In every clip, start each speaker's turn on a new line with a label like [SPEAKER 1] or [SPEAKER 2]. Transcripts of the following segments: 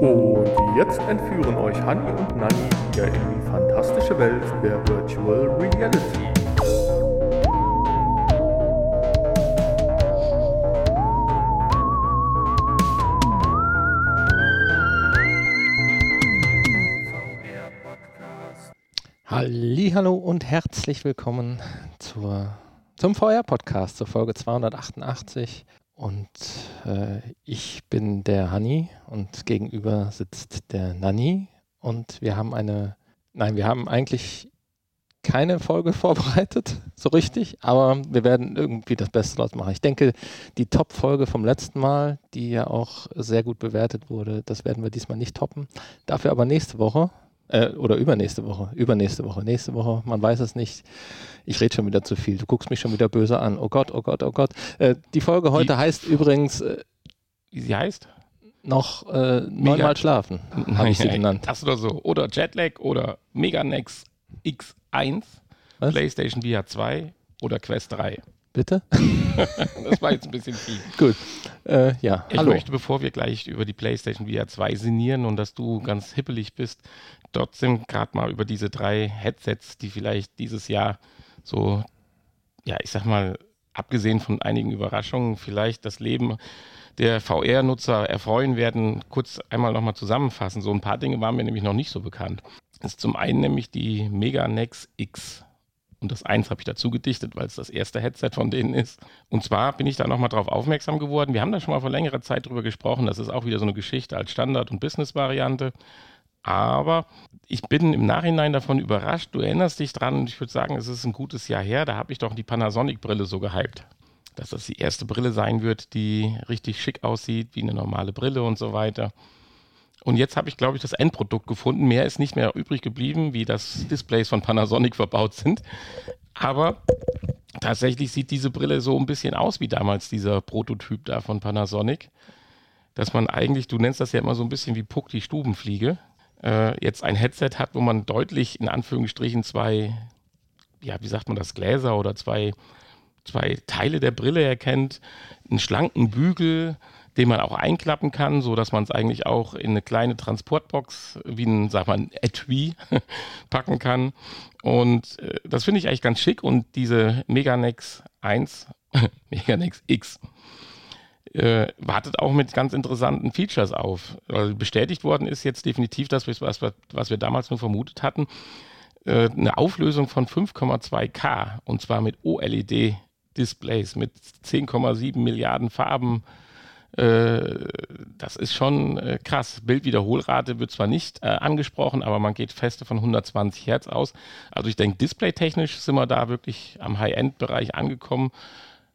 [SPEAKER 1] Und jetzt entführen euch Hani und Nani hier in die fantastische Welt der Virtual Reality.
[SPEAKER 2] Hallo und herzlich willkommen zur, zum VR-Podcast, zur Folge 288. Und äh, ich bin der Hani und gegenüber sitzt der Nani. Und wir haben eine, nein, wir haben eigentlich keine Folge vorbereitet, so richtig, aber wir werden irgendwie das Beste draus machen. Ich denke, die Top-Folge vom letzten Mal, die ja auch sehr gut bewertet wurde, das werden wir diesmal nicht toppen. Dafür aber nächste Woche, äh, oder übernächste Woche, übernächste Woche, nächste Woche, man weiß es nicht. Ich rede schon wieder zu viel. Du guckst mich schon wieder böse an. Oh Gott, oh Gott, oh Gott. Äh, die Folge heute heißt übrigens äh,
[SPEAKER 3] wie sie heißt.
[SPEAKER 2] noch äh, neunmal schlafen, habe ich sie genannt.
[SPEAKER 3] Das oder so. Oder Jetlag oder Meganex X1,
[SPEAKER 2] Was?
[SPEAKER 3] PlayStation VR 2 oder Quest 3.
[SPEAKER 2] Bitte?
[SPEAKER 3] Das war jetzt ein bisschen viel.
[SPEAKER 2] Gut. Äh, ja,
[SPEAKER 3] Ich
[SPEAKER 2] hallo.
[SPEAKER 3] möchte, bevor wir gleich über die PlayStation VR 2 sinnieren und dass du ganz hippelig bist, trotzdem gerade mal über diese drei Headsets, die vielleicht dieses Jahr so, ja, ich sag mal, abgesehen von einigen Überraschungen, vielleicht das Leben der VR-Nutzer erfreuen werden, kurz einmal nochmal zusammenfassen. So ein paar Dinge waren mir nämlich noch nicht so bekannt. Das ist zum einen nämlich die Meganex X. Und das 1 habe ich dazu gedichtet, weil es das erste Headset von denen ist. Und zwar bin ich da nochmal drauf aufmerksam geworden. Wir haben da schon mal vor längerer Zeit drüber gesprochen. Das ist auch wieder so eine Geschichte als Standard- und Business-Variante. Aber ich bin im Nachhinein davon überrascht. Du erinnerst dich dran und ich würde sagen, es ist ein gutes Jahr her. Da habe ich doch die Panasonic-Brille so gehypt. Dass das die erste Brille sein wird, die richtig schick aussieht, wie eine normale Brille und so weiter. Und jetzt habe ich, glaube ich, das Endprodukt gefunden. Mehr ist nicht mehr übrig geblieben, wie das Displays von Panasonic verbaut sind. Aber tatsächlich sieht diese Brille so ein bisschen aus wie damals dieser Prototyp da von Panasonic. Dass man eigentlich, du nennst das ja immer so ein bisschen wie Puck die Stubenfliege, äh, jetzt ein Headset hat, wo man deutlich in Anführungsstrichen zwei, ja, wie sagt man das, Gläser oder zwei, zwei Teile der Brille erkennt, einen schlanken Bügel, den man auch einklappen kann, so dass man es eigentlich auch in eine kleine Transportbox wie ein, sag mal, ein Etui packen kann. Und äh, das finde ich eigentlich ganz schick. Und diese Meganex 1, Meganex X, äh, wartet auch mit ganz interessanten Features auf. Also bestätigt worden ist jetzt definitiv das, was, wir- was wir damals nur vermutet hatten, äh, eine Auflösung von 5,2K und zwar mit OLED-Displays mit 10,7 Milliarden Farben. Äh, das ist schon äh, krass. Bildwiederholrate wird zwar nicht äh, angesprochen, aber man geht feste von 120 Hertz aus. Also ich denke, displaytechnisch sind wir da wirklich am High-End-Bereich angekommen,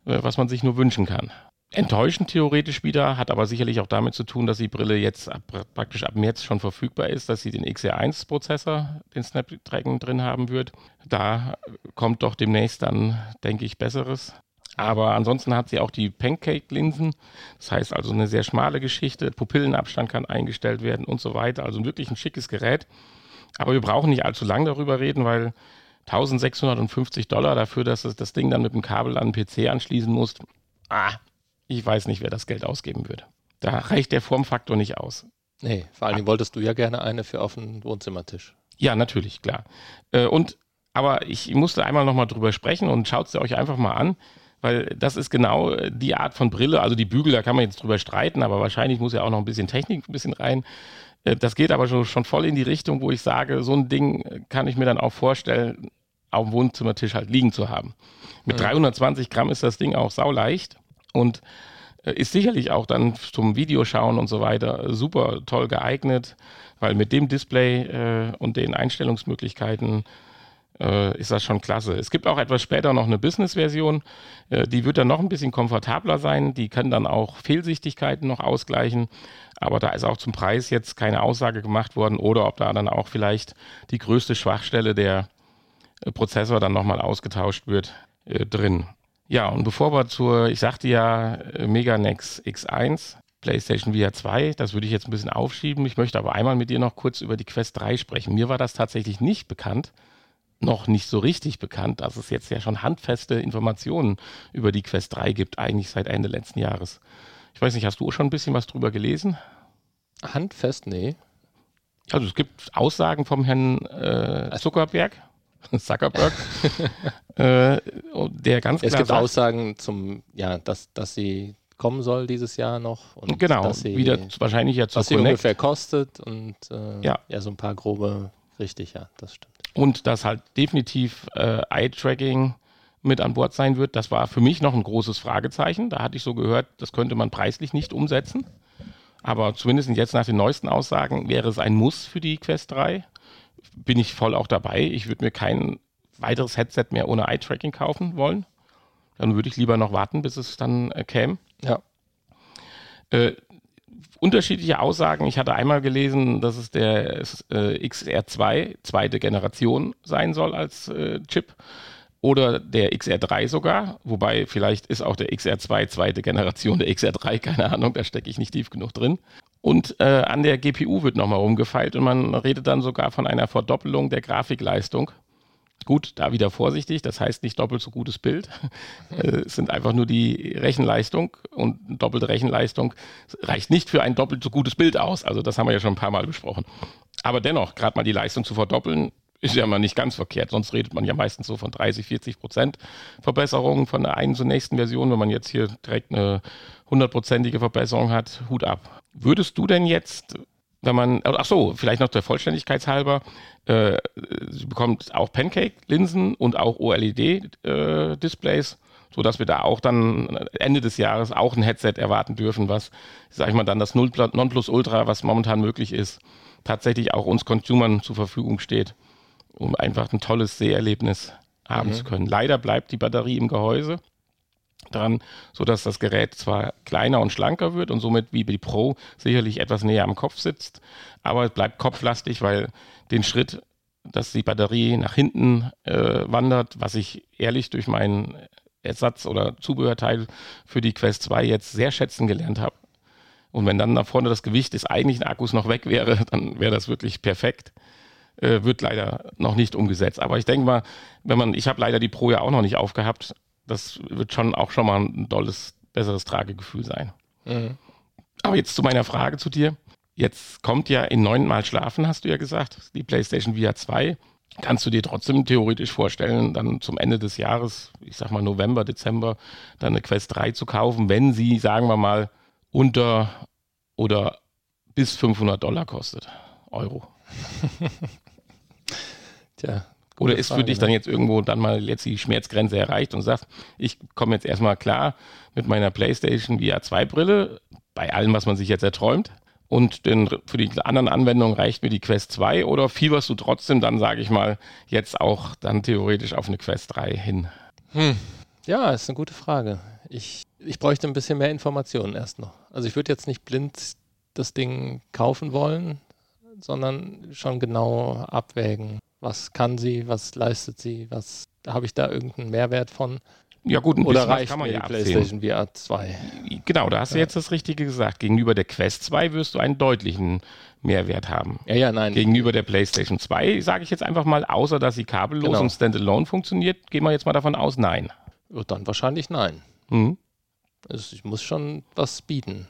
[SPEAKER 3] äh, was man sich nur wünschen kann. Enttäuschend theoretisch wieder, hat aber sicherlich auch damit zu tun, dass die Brille jetzt ab, praktisch ab März schon verfügbar ist, dass sie den XR1-Prozessor, den Snapdragon drin haben wird. Da kommt doch demnächst dann, denke ich, Besseres. Aber ansonsten hat sie auch die Pancake-Linsen. Das heißt also eine sehr schmale Geschichte. Pupillenabstand kann eingestellt werden und so weiter. Also wirklich ein schickes Gerät. Aber wir brauchen nicht allzu lang darüber reden, weil 1650 Dollar dafür, dass du das Ding dann mit dem Kabel an den PC anschließen musst. Ah, ich weiß nicht, wer das Geld ausgeben würde. Da reicht der Formfaktor nicht aus.
[SPEAKER 2] Nee, vor allen Dingen wolltest du ja gerne eine für auf den Wohnzimmertisch.
[SPEAKER 3] Ja, natürlich, klar. Äh, und, aber ich musste einmal nochmal drüber sprechen und schaut es euch einfach mal an, weil das ist genau äh, die Art von Brille. Also die Bügel, da kann man jetzt drüber streiten, aber wahrscheinlich muss ja auch noch ein bisschen Technik ein bisschen rein. Äh, Das geht aber schon, schon voll in die Richtung, wo ich sage, so ein Ding äh, kann ich mir dann auch vorstellen, auf dem Wohnzimmertisch halt liegen zu haben. Mit 320 Gramm ist das Ding auch sauleicht und äh, ist sicherlich auch dann zum Videoschauen und so weiter äh, super toll geeignet, weil mit dem Display äh, und den Einstellungsmöglichkeiten äh, ist das schon klasse. Es gibt auch etwas später noch eine Business-Version, äh, die wird dann noch ein bisschen komfortabler sein, die kann dann auch Fehlsichtigkeiten noch ausgleichen, aber da ist auch zum Preis jetzt keine Aussage gemacht worden oder ob da dann auch vielleicht die größte Schwachstelle der äh, Prozessor dann nochmal ausgetauscht wird äh, drin. Ja, und bevor wir zur, ich sagte ja, äh, Meganex X1, PlayStation VR 2, das würde ich jetzt ein bisschen aufschieben. Ich möchte aber einmal mit dir noch kurz über die Quest 3 sprechen. Mir war das tatsächlich nicht bekannt, noch nicht so richtig bekannt, dass es jetzt ja schon handfeste Informationen über die Quest 3 gibt, eigentlich seit Ende letzten Jahres. Ich weiß nicht, hast du schon ein bisschen was drüber gelesen?
[SPEAKER 2] handfest, nee.
[SPEAKER 3] Also es gibt Aussagen vom Herrn äh, Zuckerberg, Zuckerberg, äh, der ganz
[SPEAKER 2] Es
[SPEAKER 3] klar
[SPEAKER 2] gibt
[SPEAKER 3] sagt,
[SPEAKER 2] Aussagen zum, ja, dass, dass sie kommen soll dieses Jahr noch und
[SPEAKER 3] genau,
[SPEAKER 2] dass sie,
[SPEAKER 3] wieder zu- wahrscheinlich ja zu
[SPEAKER 2] was sie
[SPEAKER 3] Connect
[SPEAKER 2] ungefähr kostet und äh,
[SPEAKER 3] Ja.
[SPEAKER 2] ja. so ein paar grobe, richtig, ja, das stimmt.
[SPEAKER 3] und dass halt definitiv äh, Eye-Tracking mit an Bord sein wird. Das war für mich noch ein großes Fragezeichen. Da hatte ich so gehört, das könnte man preislich nicht umsetzen. Aber zumindest jetzt nach den neuesten Aussagen wäre es ein Muss für die Quest 3. Bin ich voll auch dabei. Ich würde mir kein weiteres Headset mehr ohne Eye-Tracking kaufen wollen. Dann würde ich lieber noch warten, bis es dann äh, käme.
[SPEAKER 2] Ja.
[SPEAKER 3] Äh, unterschiedliche Aussagen. Ich hatte einmal gelesen, dass es der äh, XR2 zweite Generation sein soll als äh, Chip oder der XR3 sogar. Wobei vielleicht ist auch der XR2 zweite Generation der XR3, keine Ahnung, da stecke ich nicht tief genug drin. Und äh, an der GPU wird nochmal rumgefeilt und man redet dann sogar von einer Verdoppelung der Grafikleistung. Gut, da wieder vorsichtig, das heißt nicht doppelt so gutes Bild. Äh, Es sind einfach nur die Rechenleistung und doppelte Rechenleistung reicht nicht für ein doppelt so gutes Bild aus. Also das haben wir ja schon ein paar Mal besprochen. Aber dennoch, gerade mal die Leistung zu verdoppeln, ist ja mal nicht ganz verkehrt. Sonst redet man ja meistens so von 30, 40 Prozent Verbesserungen von der einen zur nächsten Version. Wenn man jetzt hier direkt eine hundertprozentige Verbesserung hat, Hut ab. Würdest du denn jetzt, wenn man, äh, ach so, vielleicht noch der Vollständigkeit halber, äh, sie bekommt auch Pancake-Linsen und auch E OLED-Displays, äh, sodass wir da auch dann Ende des Jahres auch ein Headset erwarten dürfen, was, sag ich mal, dann das Null- Nonplusultra, was momentan möglich ist, tatsächlich auch uns Consumern zur Verfügung steht, um einfach ein tolles Seherlebnis haben zu können. Leider bleibt die Batterie im Gehäuse dran, sodass das Gerät zwar kleiner und schlanker wird und somit wie die Pro sicherlich etwas näher am Kopf sitzt, aber es bleibt kopflastig, weil den Schritt dass die Batterie nach hinten äh, wandert, was ich ehrlich durch meinen Ersatz- oder Zubehörteil für die Quest 2 jetzt sehr schätzen gelernt habe. Und wenn dann nach vorne das Gewicht des eigentlichen Akkus noch weg wäre, dann wäre das wirklich perfekt. Äh, wird leider noch nicht umgesetzt. Aber ich denke mal, wenn man, ich habe leider die Pro ja auch noch nicht aufgehabt, das wird schon auch schon mal ein dolles, besseres Tragegefühl sein. Mhm. Aber jetzt zu meiner Frage zu dir. Jetzt kommt ja in neun Mal schlafen, hast du ja gesagt, die PlayStation VR 2. Kannst du dir trotzdem theoretisch vorstellen, dann zum Ende des Jahres, ich sag mal November, Dezember, dann eine Quest 3 zu kaufen, wenn sie, sagen wir mal, unter oder bis 500 Dollar kostet? Euro.
[SPEAKER 2] Tja, gute
[SPEAKER 3] Oder ist für
[SPEAKER 2] Frage,
[SPEAKER 3] dich
[SPEAKER 2] ne?
[SPEAKER 3] dann jetzt irgendwo dann mal jetzt die Schmerzgrenze erreicht und sagst, ich komme jetzt erstmal klar mit meiner PlayStation VR 2 Brille, bei allem, was man sich jetzt erträumt. Und den, für die anderen Anwendungen reicht mir die Quest 2 oder fieberst du trotzdem dann, sage ich mal, jetzt auch dann theoretisch auf eine Quest 3 hin?
[SPEAKER 2] Hm. Ja, ist eine gute Frage. Ich, ich bräuchte ein bisschen mehr Informationen erst noch. Also ich würde jetzt nicht blind das Ding kaufen wollen, sondern schon genau abwägen, was kann sie, was leistet sie, was habe ich da irgendeinen Mehrwert von
[SPEAKER 3] Ja gut, ein
[SPEAKER 2] oder
[SPEAKER 3] bisschen was
[SPEAKER 2] reicht mir die
[SPEAKER 3] absehen.
[SPEAKER 2] PlayStation VR 2?
[SPEAKER 3] Genau, da hast du
[SPEAKER 2] Ja.
[SPEAKER 3] jetzt das Richtige gesagt. Gegenüber der Quest 2 wirst du einen deutlichen Mehrwert haben.
[SPEAKER 2] Ja, ja, nein.
[SPEAKER 3] Gegenüber der PlayStation 2 sage ich jetzt einfach mal, außer dass sie kabellos
[SPEAKER 2] Genau.
[SPEAKER 3] und standalone funktioniert, gehen wir jetzt mal davon aus, nein.
[SPEAKER 2] Ja, Dann wahrscheinlich nein.
[SPEAKER 3] Hm.
[SPEAKER 2] Also ich muss schon was bieten.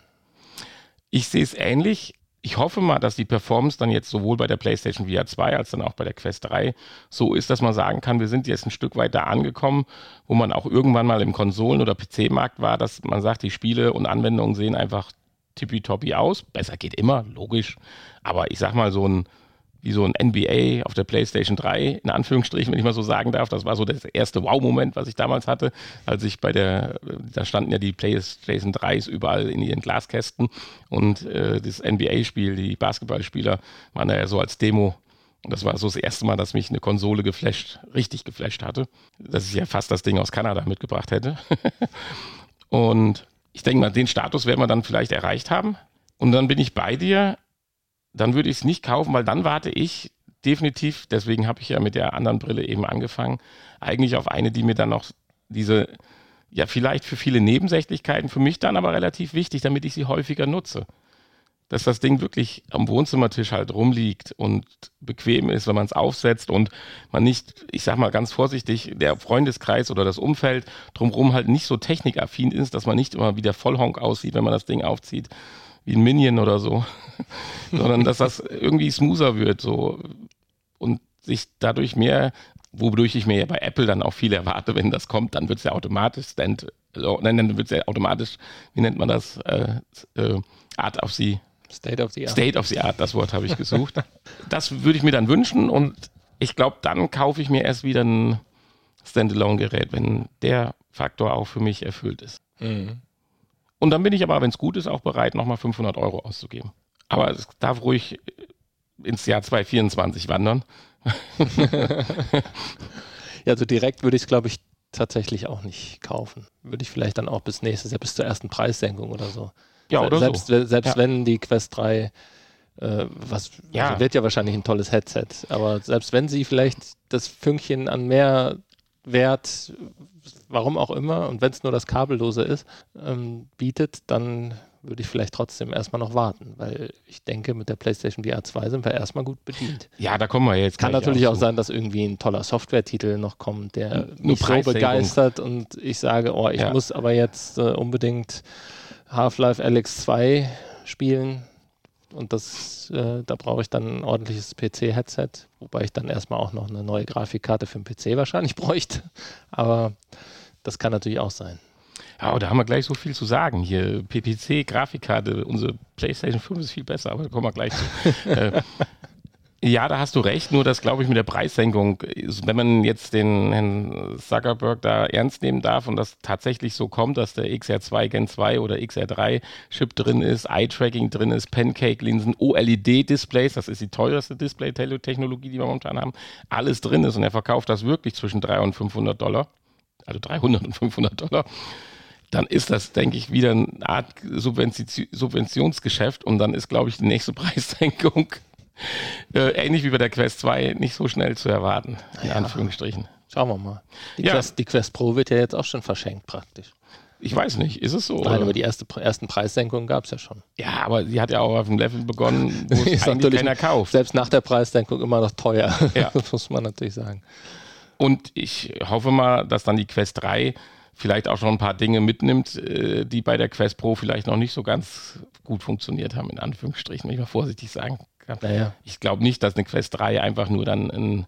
[SPEAKER 3] Ich sehe es ähnlich. Ich hoffe mal, dass die Performance dann jetzt sowohl bei der PlayStation VR 2 als dann auch bei der Quest 3 so ist, dass man sagen kann, wir sind jetzt ein Stück weit da angekommen, wo man auch irgendwann mal im Konsolen- oder PC-Markt war, dass man sagt, die Spiele und Anwendungen sehen einfach tippitoppi aus. Besser geht immer, logisch. Aber ich sag mal, so ein wie so ein NBA auf der PlayStation 3, in Anführungsstrichen, wenn ich mal so sagen darf. Das war so das erste Wow-Moment, was ich damals hatte, als ich bei der, da standen ja die PlayStation 3s überall in ihren Glaskästen und äh, das NBA-Spiel, die Basketballspieler waren da ja so als Demo. Und das war so das erste Mal, dass mich eine Konsole geflasht, richtig geflasht hatte. Dass ich ja fast das Ding aus Kanada mitgebracht hätte. und ich denke mal, den Status werden wir dann vielleicht erreicht haben. Und dann bin ich bei dir dann würde ich es nicht kaufen, weil dann warte ich definitiv, deswegen habe ich ja mit der anderen Brille eben angefangen, eigentlich auf eine, die mir dann noch diese, ja vielleicht für viele Nebensächlichkeiten, für mich dann aber relativ wichtig, damit ich sie häufiger nutze. Dass das Ding wirklich am Wohnzimmertisch halt rumliegt und bequem ist, wenn man es aufsetzt und man nicht, ich sag mal ganz vorsichtig, der Freundeskreis oder das Umfeld drumherum halt nicht so technikaffin ist, dass man nicht immer wieder Vollhonk aussieht, wenn man das Ding aufzieht, wie ein Minion oder so, sondern dass das irgendwie smoother wird so und sich dadurch mehr, wodurch ich mir ja bei Apple dann auch viel erwarte, wenn das kommt, dann wird es ja automatisch Stand, äh, nein, dann wird es ja automatisch, wie nennt man das, äh, äh, Art of the
[SPEAKER 2] State of the Art.
[SPEAKER 3] State of the Art, das Wort habe ich gesucht. das würde ich mir dann wünschen und ich glaube, dann kaufe ich mir erst wieder ein Standalone-Gerät, wenn der Faktor auch für mich erfüllt ist.
[SPEAKER 2] Mhm.
[SPEAKER 3] Und dann bin ich aber, wenn es gut ist, auch bereit, nochmal 500 Euro auszugeben. Aber es darf ruhig äh, ins Jahr 2024 wandern.
[SPEAKER 2] Ja, also direkt würde ich es, glaube ich, tatsächlich auch nicht kaufen. Würde ich vielleicht dann auch bis nächstes Jahr, bis zur ersten Preissenkung oder so.
[SPEAKER 3] Ja,
[SPEAKER 2] Se-
[SPEAKER 3] oder
[SPEAKER 2] selbst
[SPEAKER 3] so.
[SPEAKER 2] we- selbst
[SPEAKER 3] Ja.
[SPEAKER 2] wenn die Quest 3, äh, was
[SPEAKER 3] Ja.
[SPEAKER 2] also wird ja wahrscheinlich ein tolles Headset, aber selbst wenn sie vielleicht das Fünkchen an mehr Wert, warum auch immer, und wenn es nur das Kabellose ist, ähm, bietet, dann würde ich vielleicht trotzdem erstmal noch warten, weil ich denke, mit der PlayStation VR 2 sind wir erstmal gut bedient.
[SPEAKER 3] Ja, da kommen wir jetzt.
[SPEAKER 2] Kann
[SPEAKER 3] gleich
[SPEAKER 2] natürlich auch
[SPEAKER 3] zu.
[SPEAKER 2] sein, dass irgendwie ein toller Softwaretitel noch kommt, der
[SPEAKER 3] Nur
[SPEAKER 2] mich so
[SPEAKER 3] Preissenkung.
[SPEAKER 2] begeistert und ich sage, oh, ich
[SPEAKER 3] Ja.
[SPEAKER 2] muss aber jetzt äh, unbedingt Half-Life Alex 2 spielen und das, äh, da brauche ich dann ein ordentliches PC-Headset, wobei ich dann erstmal auch noch eine neue Grafikkarte für den PC wahrscheinlich bräuchte, aber das kann natürlich auch sein.
[SPEAKER 3] Ja, da haben wir gleich so viel zu sagen. Hier PPC, Grafikkarte, unsere PlayStation 5 ist viel besser, aber da kommen wir gleich zu. äh, ja, da hast du recht, nur das glaube ich mit der Preissenkung, ist, wenn man jetzt den Herrn Zuckerberg da ernst nehmen darf und das tatsächlich so kommt, dass der XR2 Gen 2 oder XR3-Chip drin ist, Eye-Tracking drin ist, Pancake-Linsen, OLED-Displays, das ist die teuerste Display-Technologie, die wir momentan haben, alles drin ist und er verkauft das wirklich zwischen 300 und 500 Dollar, also 300 und 500 Dollar dann ist das, denke ich, wieder eine Art Subvenzi- Subventionsgeschäft und dann ist, glaube ich, die nächste Preissenkung äh, ähnlich wie bei der Quest 2 nicht so schnell zu erwarten, in Anführungsstrichen.
[SPEAKER 2] Schauen wir mal. Die,
[SPEAKER 3] Ja.
[SPEAKER 2] Quest, die Quest Pro wird ja jetzt auch schon verschenkt praktisch.
[SPEAKER 3] Ich weiß nicht, ist es so?
[SPEAKER 2] Nein,
[SPEAKER 3] oder?
[SPEAKER 2] aber die erste, ersten Preissenkungen gab es ja schon.
[SPEAKER 3] ja, aber sie hat ja auch auf dem Level begonnen, wo es
[SPEAKER 2] Ist
[SPEAKER 3] eigentlich
[SPEAKER 2] natürlich-
[SPEAKER 3] keiner kauft.
[SPEAKER 2] Selbst nach der Preissenkung immer noch teuer.
[SPEAKER 3] Ja.
[SPEAKER 2] Das muss man natürlich sagen.
[SPEAKER 3] Und ich hoffe mal, dass dann die Quest 3 vielleicht auch schon ein paar Dinge mitnimmt, äh, die bei der Quest Pro vielleicht noch nicht so ganz gut funktioniert haben, in Anführungsstrichen, wenn ich mal vorsichtig sagen kann.
[SPEAKER 2] Naja.
[SPEAKER 3] Ich glaube nicht, dass eine Quest 3 einfach nur dann ein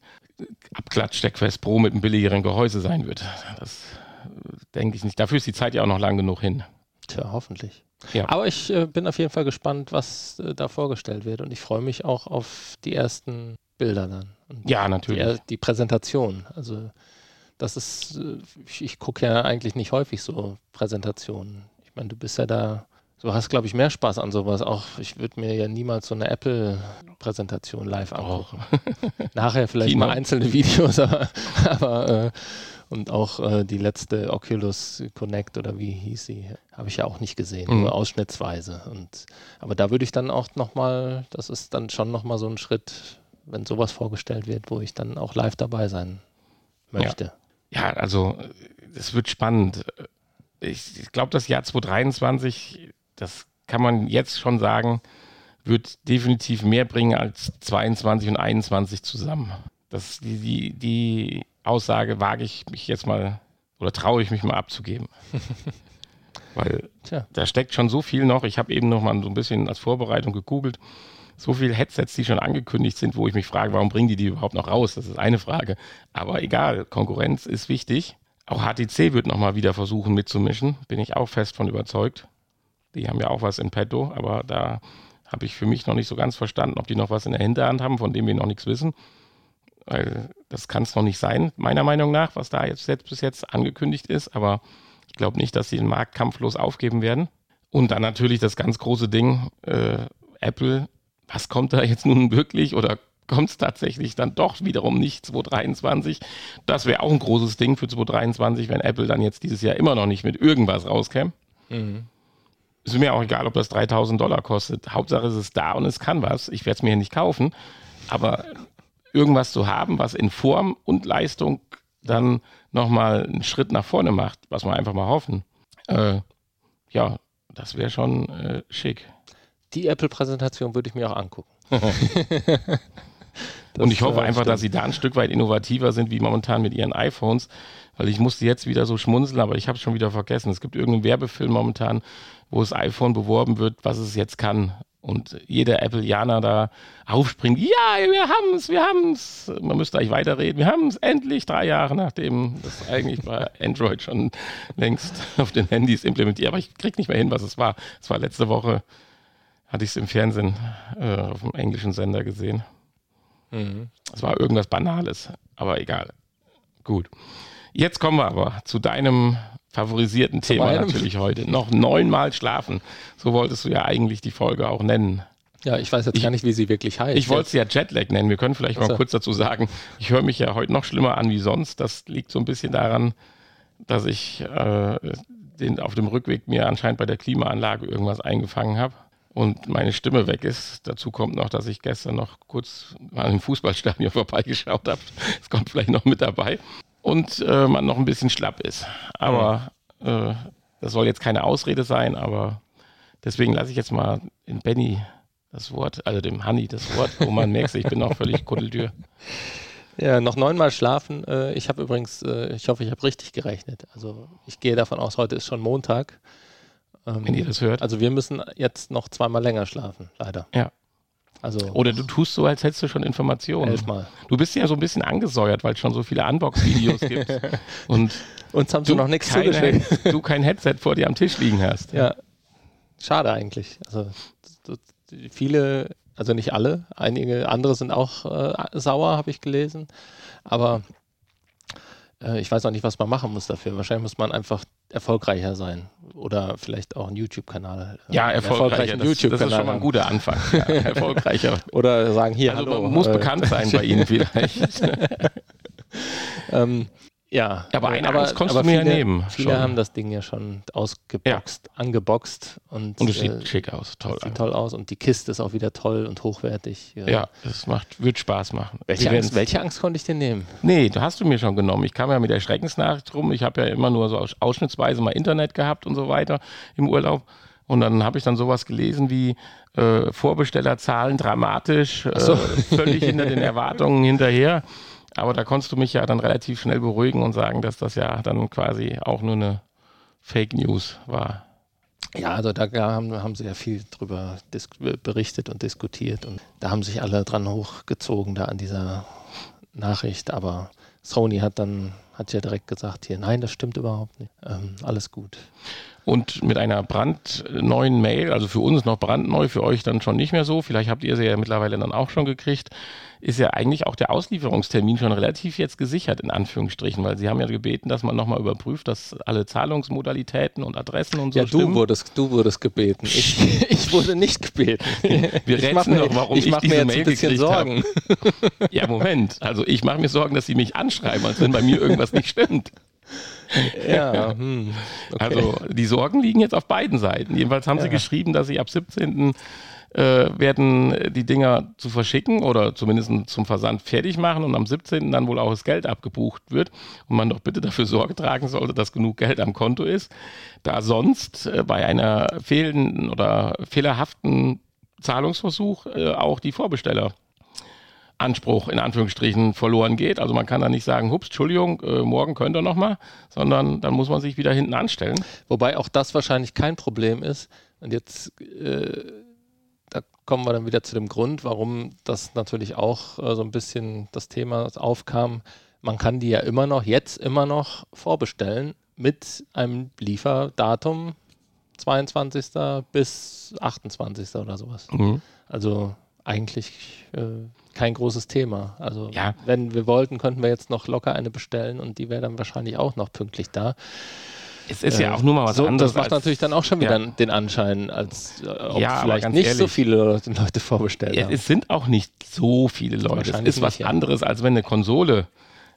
[SPEAKER 3] Abklatsch der Quest Pro mit einem billigeren Gehäuse sein wird. Das äh, denke ich nicht. Dafür ist die Zeit ja auch noch lang genug hin.
[SPEAKER 2] Tja, hoffentlich.
[SPEAKER 3] Ja.
[SPEAKER 2] Aber ich äh, bin auf jeden Fall gespannt, was äh, da vorgestellt wird. Und ich freue mich auch auf die ersten Bilder dann. Und
[SPEAKER 3] Ja,
[SPEAKER 2] die,
[SPEAKER 3] natürlich.
[SPEAKER 2] er- die Präsentation. Also, das ist, äh, ich, ich gucke ja eigentlich nicht häufig so Präsentationen. Ich meine, du bist ja da, du hast, glaube ich, mehr Spaß an sowas. Auch ich würde mir ja niemals so eine Apple-Präsentation live angucken.
[SPEAKER 3] Auch.
[SPEAKER 2] Nachher vielleicht
[SPEAKER 3] Kino.
[SPEAKER 2] mal einzelne Videos, aber, aber äh, und auch äh, die letzte Oculus Connect oder wie hieß sie, habe ich ja auch nicht gesehen,
[SPEAKER 3] Mhm.
[SPEAKER 2] nur ausschnittsweise. Und aber da würde ich dann auch nochmal, das ist dann schon nochmal so ein Schritt, wenn sowas vorgestellt wird, wo ich dann auch live dabei sein möchte.
[SPEAKER 3] Ja, also äh, es wird spannend. Äh, Ich, ich glaube, das Jahr 2023, das kann man jetzt schon sagen, wird definitiv mehr bringen als 22 und 21 zusammen. Das, die, die, die Aussage wage ich mich jetzt mal oder traue ich mich mal abzugeben. Weil
[SPEAKER 2] Tja.
[SPEAKER 3] da steckt schon so viel noch. Ich habe eben noch mal so ein bisschen als Vorbereitung gegoogelt. So viele Headsets, die schon angekündigt sind, wo ich mich frage, warum bringen die die überhaupt noch raus? Das ist eine Frage. Aber egal, Konkurrenz ist wichtig. Auch HTC wird nochmal wieder versuchen mitzumischen. Bin ich auch fest von überzeugt. Die haben ja auch was in petto, aber da habe ich für mich noch nicht so ganz verstanden, ob die noch was in der Hinterhand haben, von dem wir noch nichts wissen. Weil das kann es noch nicht sein, meiner Meinung nach, was da jetzt, jetzt bis jetzt angekündigt ist. Aber ich glaube nicht, dass sie den Markt kampflos aufgeben werden. Und dann natürlich das ganz große Ding, äh, Apple, was kommt da jetzt nun wirklich oder kommt es tatsächlich dann doch wiederum nicht 2023? Das wäre auch ein großes Ding für 2023, wenn Apple dann jetzt dieses Jahr immer noch nicht mit irgendwas rauskäme. Ist mir auch egal, ob das 3000 Dollar kostet. Hauptsache es ist da und es kann was. Ich werde es mir nicht kaufen, aber irgendwas zu haben, was in Form und Leistung dann nochmal einen Schritt nach vorne macht, was wir einfach mal hoffen. Äh, ja, das wäre schon äh, schick.
[SPEAKER 2] Die Apple-Präsentation würde ich mir auch angucken.
[SPEAKER 3] und ich hoffe
[SPEAKER 2] äh,
[SPEAKER 3] einfach, dass
[SPEAKER 2] stimmt.
[SPEAKER 3] sie da ein Stück weit innovativer sind, wie momentan mit ihren iPhones, weil ich musste jetzt wieder so schmunzeln, aber ich habe es schon wieder vergessen. Es gibt irgendeinen Werbefilm momentan, wo das iPhone beworben wird, was es jetzt kann. Und jeder Appleianer da aufspringt, ja, wir haben es, wir haben es. Man müsste eigentlich weiterreden, wir haben es endlich drei Jahre, nachdem das eigentlich bei Android schon längst auf den Handys implementiert. Aber ich krieg nicht mehr hin, was es war. Es war letzte Woche, hatte ich es im Fernsehen äh, auf dem englischen Sender gesehen.
[SPEAKER 2] Mhm.
[SPEAKER 3] Es war irgendwas Banales, aber egal. Gut. Jetzt kommen wir aber zu deinem favorisierten Thema
[SPEAKER 2] meinem?
[SPEAKER 3] natürlich heute. Noch neunmal schlafen. So wolltest du ja eigentlich die Folge auch nennen.
[SPEAKER 2] Ja, ich weiß jetzt gar nicht, wie sie wirklich heißt.
[SPEAKER 3] Ich wollte es ja Jetlag nennen. Wir können vielleicht
[SPEAKER 2] Ach
[SPEAKER 3] mal
[SPEAKER 2] so.
[SPEAKER 3] kurz dazu sagen, ich höre mich ja heute noch schlimmer an wie sonst. Das liegt so ein bisschen daran, dass ich äh, den, auf dem Rückweg mir anscheinend bei der Klimaanlage irgendwas eingefangen habe und meine Stimme weg ist. Dazu kommt noch, dass ich gestern noch kurz mal im Fußballstadion vorbeigeschaut habe. Das kommt vielleicht noch mit dabei. Und äh, man noch ein bisschen schlapp ist. Aber
[SPEAKER 2] Mhm.
[SPEAKER 3] äh, das soll jetzt keine Ausrede sein, aber deswegen lasse ich jetzt mal in Benny das Wort, also dem Hanni das Wort, wo man merkt, ich bin noch völlig Kuddeltür.
[SPEAKER 2] Ja, noch neunmal schlafen. Äh, Ich habe übrigens, äh, ich hoffe, ich habe richtig gerechnet. Also ich gehe davon aus, heute ist schon Montag. Ähm,
[SPEAKER 3] Wenn ihr das hört.
[SPEAKER 2] Also wir müssen jetzt noch zweimal länger schlafen, leider.
[SPEAKER 3] Ja.
[SPEAKER 2] Also
[SPEAKER 3] Oder du tust so, als hättest du schon Informationen.
[SPEAKER 2] elfmal.
[SPEAKER 3] Du bist ja so ein bisschen angesäuert, weil es schon so viele Unbox-Videos gibt und
[SPEAKER 2] Uns haben sie
[SPEAKER 3] du,
[SPEAKER 2] noch nichts
[SPEAKER 3] keine,
[SPEAKER 2] zugeschickt.
[SPEAKER 3] du kein Headset vor dir am Tisch liegen hast.
[SPEAKER 2] Ja. Schade eigentlich. Also d- d- viele, also nicht alle, einige andere sind auch äh, sauer, habe ich gelesen. Aber äh, ich weiß noch nicht, was man machen muss dafür. Wahrscheinlich muss man einfach erfolgreicher sein. Oder vielleicht auch einen YouTube-Kanal. äh,
[SPEAKER 3] Ja,
[SPEAKER 2] einen
[SPEAKER 3] erfolgreicher.
[SPEAKER 2] erfolgreichen
[SPEAKER 3] Das, das ist schon mal
[SPEAKER 2] haben.
[SPEAKER 3] ein guter Anfang. Ja, erfolgreicher.
[SPEAKER 2] Oder sagen hier,
[SPEAKER 3] Also,
[SPEAKER 2] hallo.
[SPEAKER 3] man muss
[SPEAKER 2] äh,
[SPEAKER 3] bekannt sein bei Ihnen vielleicht.
[SPEAKER 2] Ähm, ja,
[SPEAKER 3] Aber
[SPEAKER 2] äh,
[SPEAKER 3] eine Angst konntest du mir ja
[SPEAKER 2] viele,
[SPEAKER 3] nehmen,
[SPEAKER 2] Viele
[SPEAKER 3] schon.
[SPEAKER 2] haben das Ding ja schon ausgeboxt, angeboxt und,
[SPEAKER 3] Und es sieht
[SPEAKER 2] äh,
[SPEAKER 3] schick aus. Toll.
[SPEAKER 2] sieht toll aus und die Kiste ist auch wieder toll und hochwertig. äh,
[SPEAKER 3] Ja, es macht, wird Spaß machen.
[SPEAKER 2] Welche
[SPEAKER 3] Wir werden's-
[SPEAKER 2] Angst, welche Angst konnte ich denn nehmen?
[SPEAKER 3] Nee, du hast du mir schon genommen. Ich kam ja mit der Schreckensnacht rum. Ich habe ja immer nur so aus- ausschnittsweise mal Internet gehabt und so weiter im Urlaub. Und dann habe ich dann sowas gelesen wie äh, Vorbestellerzahlen dramatisch, äh, völlig hinter den Erwartungen hinterher. Aber da konntest du mich ja dann relativ schnell beruhigen und sagen, dass das ja dann quasi auch nur eine Fake News war.
[SPEAKER 2] Ja, also da ga- haben, haben sie ja viel drüber disk- berichtet und diskutiert und da haben sich alle dran hochgezogen, da an dieser Nachricht. Aber Sony hat dann, hat ja direkt gesagt, hier, nein, das stimmt überhaupt nicht. Ähm, alles gut.
[SPEAKER 3] Und mit einer brandneuen Mail, also für uns noch brandneu, für euch dann schon nicht mehr so, vielleicht habt ihr sie ja mittlerweile dann auch schon gekriegt, ist ja eigentlich auch der Auslieferungstermin schon relativ jetzt gesichert, in Anführungsstrichen, weil sie haben ja gebeten, dass man nochmal überprüft, dass alle Zahlungsmodalitäten und Adressen und so
[SPEAKER 2] ja,
[SPEAKER 3] stimmen.
[SPEAKER 2] du wurdest, du wurdest gebeten. Ich, ich wurde nicht gebeten.
[SPEAKER 3] Wir
[SPEAKER 2] ich mach
[SPEAKER 3] rätseln
[SPEAKER 2] mir-
[SPEAKER 3] doch, warum ich
[SPEAKER 2] mach
[SPEAKER 3] diese
[SPEAKER 2] mir jetzt
[SPEAKER 3] Mail
[SPEAKER 2] ein bisschen
[SPEAKER 3] gekriegt hab.
[SPEAKER 2] Sorgen.
[SPEAKER 3] Ja, Moment, also ich mache mir Sorgen, dass sie mich anschreiben, als wenn bei mir irgendwas nicht stimmt.
[SPEAKER 2] Ja, hm, okay.
[SPEAKER 3] Also die Sorgen liegen jetzt auf beiden Seiten. Jedenfalls haben sie
[SPEAKER 2] Ja.
[SPEAKER 3] geschrieben, dass sie ab 17. Äh, werden äh, die Dinger zu verschicken oder zumindest zum Versand fertig machen und am 17. dann wohl auch das Geld abgebucht wird und man doch bitte dafür Sorge tragen sollte, dass genug Geld am Konto ist, da sonst äh, bei einer fehlenden oder fehlerhaften Zahlungsversuch äh, auch die Vorbesteller Anspruch in Anführungsstrichen verloren geht. Also man kann da nicht sagen, hups, Entschuldigung, äh, morgen könnt ihr nochmal, sondern dann muss man sich wieder hinten anstellen.
[SPEAKER 2] Wobei auch das wahrscheinlich kein Problem ist. Und jetzt, äh, da kommen wir dann wieder zu dem Grund, warum das natürlich auch äh, so ein bisschen das Thema aufkam. Man kann die ja immer noch, jetzt immer noch vorbestellen mit einem Lieferdatum 22. bis 28. oder sowas. Also eigentlich äh, kein großes Thema. Also
[SPEAKER 3] Ja.
[SPEAKER 2] wenn wir wollten, könnten wir jetzt noch locker eine bestellen und die wäre dann wahrscheinlich auch noch pünktlich da.
[SPEAKER 3] Es ist
[SPEAKER 2] Äh,
[SPEAKER 3] ja auch nur mal was
[SPEAKER 2] so,
[SPEAKER 3] anderes.
[SPEAKER 2] Das macht
[SPEAKER 3] als-
[SPEAKER 2] natürlich dann auch schon wieder
[SPEAKER 3] Ja.
[SPEAKER 2] den Anschein, als äh, ob
[SPEAKER 3] Ja, aber
[SPEAKER 2] vielleicht
[SPEAKER 3] ganz
[SPEAKER 2] nicht so
[SPEAKER 3] ehrlich.
[SPEAKER 2] viele Leute, Leute vorbestellt
[SPEAKER 3] Ja,
[SPEAKER 2] haben.
[SPEAKER 3] es sind auch nicht so viele Leute. Es
[SPEAKER 2] Wahrscheinlich
[SPEAKER 3] ist was
[SPEAKER 2] nicht, ja.
[SPEAKER 3] anderes, als wenn eine Konsole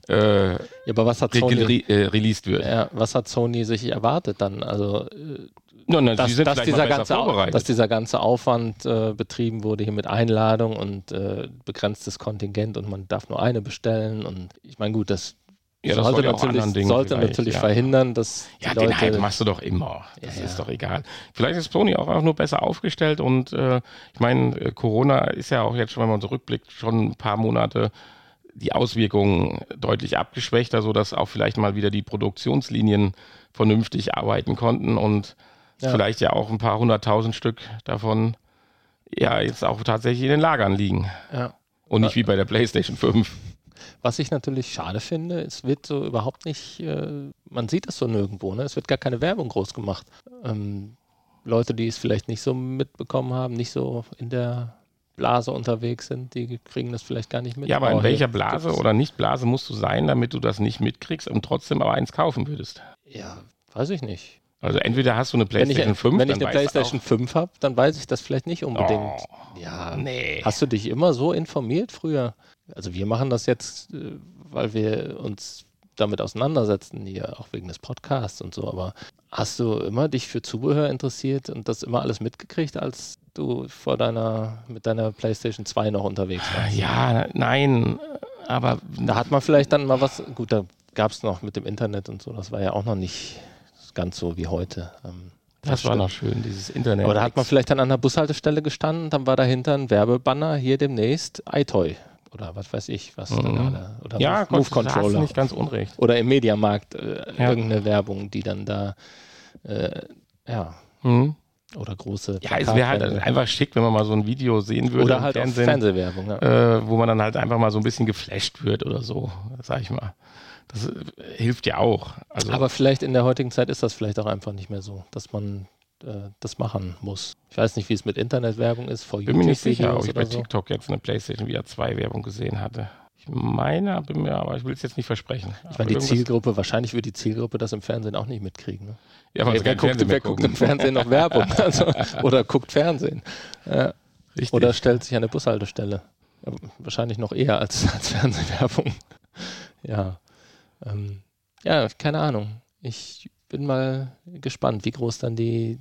[SPEAKER 3] äh,
[SPEAKER 2] Ja, aber was hat Sony?
[SPEAKER 3] re äh, released wird.
[SPEAKER 2] Ja, was hat Sony sich erwartet dann? Also, äh,
[SPEAKER 3] No,
[SPEAKER 2] dass,
[SPEAKER 3] no, sie Also sind
[SPEAKER 2] dass,
[SPEAKER 3] vielleicht
[SPEAKER 2] dieser
[SPEAKER 3] mal besser
[SPEAKER 2] ganze, Au-
[SPEAKER 3] vorbereitet.
[SPEAKER 2] dass dieser ganze Aufwand äh, betrieben wurde hier mit Einladung und äh, begrenztes Kontingent und man darf nur eine bestellen. Und ich meine, gut, das
[SPEAKER 3] Ja, das
[SPEAKER 2] sollte
[SPEAKER 3] soll ja auch
[SPEAKER 2] natürlich,
[SPEAKER 3] anderen Dingen
[SPEAKER 2] sollte
[SPEAKER 3] vielleicht,
[SPEAKER 2] natürlich
[SPEAKER 3] ja.
[SPEAKER 2] verhindern, dass die
[SPEAKER 3] Ja,
[SPEAKER 2] Leute
[SPEAKER 3] den Hype machst du doch immer. Das
[SPEAKER 2] Ja,
[SPEAKER 3] ist
[SPEAKER 2] ja.
[SPEAKER 3] doch egal. Vielleicht ist Sony auch einfach nur besser aufgestellt und äh, ich meine, äh, Corona ist ja auch jetzt schon, wenn man zurückblickt, schon ein paar Monate die Auswirkungen deutlich abgeschwächter, sodass auch vielleicht mal wieder die Produktionslinien vernünftig arbeiten konnten und
[SPEAKER 2] Ja.
[SPEAKER 3] vielleicht ja auch ein paar hunderttausend Stück davon ja jetzt auch tatsächlich in den Lagern liegen.
[SPEAKER 2] ja.
[SPEAKER 3] Und nicht wie bei der PlayStation 5.
[SPEAKER 2] Was ich natürlich schade finde, es wird so überhaupt nicht, äh, man sieht das so nirgendwo, ne? es wird gar keine Werbung groß gemacht. Ähm, Leute, die es vielleicht nicht so mitbekommen haben, nicht so in der Blase unterwegs sind, die kriegen das vielleicht gar nicht mit.
[SPEAKER 3] Ja, aber in
[SPEAKER 2] Oh, hier
[SPEAKER 3] welcher Blase
[SPEAKER 2] gibt's-
[SPEAKER 3] oder Nicht-Blase musst du sein, damit du das nicht mitkriegst und trotzdem aber eins kaufen würdest?
[SPEAKER 2] Ja, weiß ich nicht.
[SPEAKER 3] Also entweder hast du eine
[SPEAKER 2] Wenn ich,
[SPEAKER 3] PlayStation 5,
[SPEAKER 2] wenn ich eine
[SPEAKER 3] dann weißt du
[SPEAKER 2] PlayStation 5 habe, dann weiß ich das vielleicht nicht unbedingt. ja,
[SPEAKER 3] auch, Oh. nee.
[SPEAKER 2] Hast du dich immer so informiert früher? Also wir machen das jetzt, äh, weil wir uns damit auseinandersetzen, hier auch wegen des Podcasts und so, aber hast du immer dich für Zubehör interessiert und das immer alles mitgekriegt, als du vor deiner, mit deiner Playstation 2 noch unterwegs warst?
[SPEAKER 3] Ja, nein, aber
[SPEAKER 2] Da hat man vielleicht dann mal was, gut, da gab es noch mit dem Internet und so, das war ja auch noch nicht ganz so wie heute. Ähm,
[SPEAKER 3] das war
[SPEAKER 2] stimmt.
[SPEAKER 3] noch schön, dieses Internet.
[SPEAKER 2] Aber da hat man vielleicht dann an der Bushaltestelle gestanden, dann war dahinter ein Werbebanner, hier demnächst iToy oder was weiß ich, was dann alle, oder
[SPEAKER 3] Mhm. ja,
[SPEAKER 2] Move, Move
[SPEAKER 3] Gott, da hast du
[SPEAKER 2] Controller
[SPEAKER 3] nicht ganz unrecht.
[SPEAKER 2] oder im Mediamarkt äh,
[SPEAKER 3] Ja.
[SPEAKER 2] irgendeine Werbung, die dann da äh, ja,
[SPEAKER 3] Hm?
[SPEAKER 2] Mhm. oder große
[SPEAKER 3] Ja, es wäre halt
[SPEAKER 2] Plakatwände.
[SPEAKER 3] einfach schick, wenn man mal so ein Video sehen würde
[SPEAKER 2] oder
[SPEAKER 3] im
[SPEAKER 2] halt auch
[SPEAKER 3] Fernsehen,
[SPEAKER 2] Fernsehwerbung. Ja.
[SPEAKER 3] äh, wo man dann halt einfach mal so ein bisschen geflasht wird oder so, sag ich mal. Das äh, hilft ja auch. Also,
[SPEAKER 2] Aber vielleicht in der heutigen Zeit ist das vielleicht auch einfach nicht mehr so, dass man äh, das machen muss. Ich weiß nicht, wie es mit Internetwerbung ist, vor
[SPEAKER 3] bin mir nicht sicher, ob
[SPEAKER 2] YouTube-Videos
[SPEAKER 3] ich bei
[SPEAKER 2] oder so.
[SPEAKER 3] TikTok jetzt eine PlayStation VR 2 Werbung gesehen hatte. Ich meine, bin mir, aber ich will es jetzt nicht versprechen.
[SPEAKER 2] Ich meine, die Zielgruppe, wahrscheinlich wird die Zielgruppe das im Fernsehen auch nicht mitkriegen. Ne?
[SPEAKER 3] Ja, weil sie
[SPEAKER 2] wer
[SPEAKER 3] kein
[SPEAKER 2] guckt,
[SPEAKER 3] Fernsehen
[SPEAKER 2] wer
[SPEAKER 3] mehr
[SPEAKER 2] guckt
[SPEAKER 3] gucken.
[SPEAKER 2] im Fernsehen noch Werbung? Also, oder guckt Fernsehen.
[SPEAKER 3] Richtig.
[SPEAKER 2] Oder stellt sich an eine Bushaltestelle. Ja, wahrscheinlich noch eher als, als Fernsehwerbung. Ja. Ähm, ja, keine Ahnung. Ich bin mal gespannt, wie groß dann die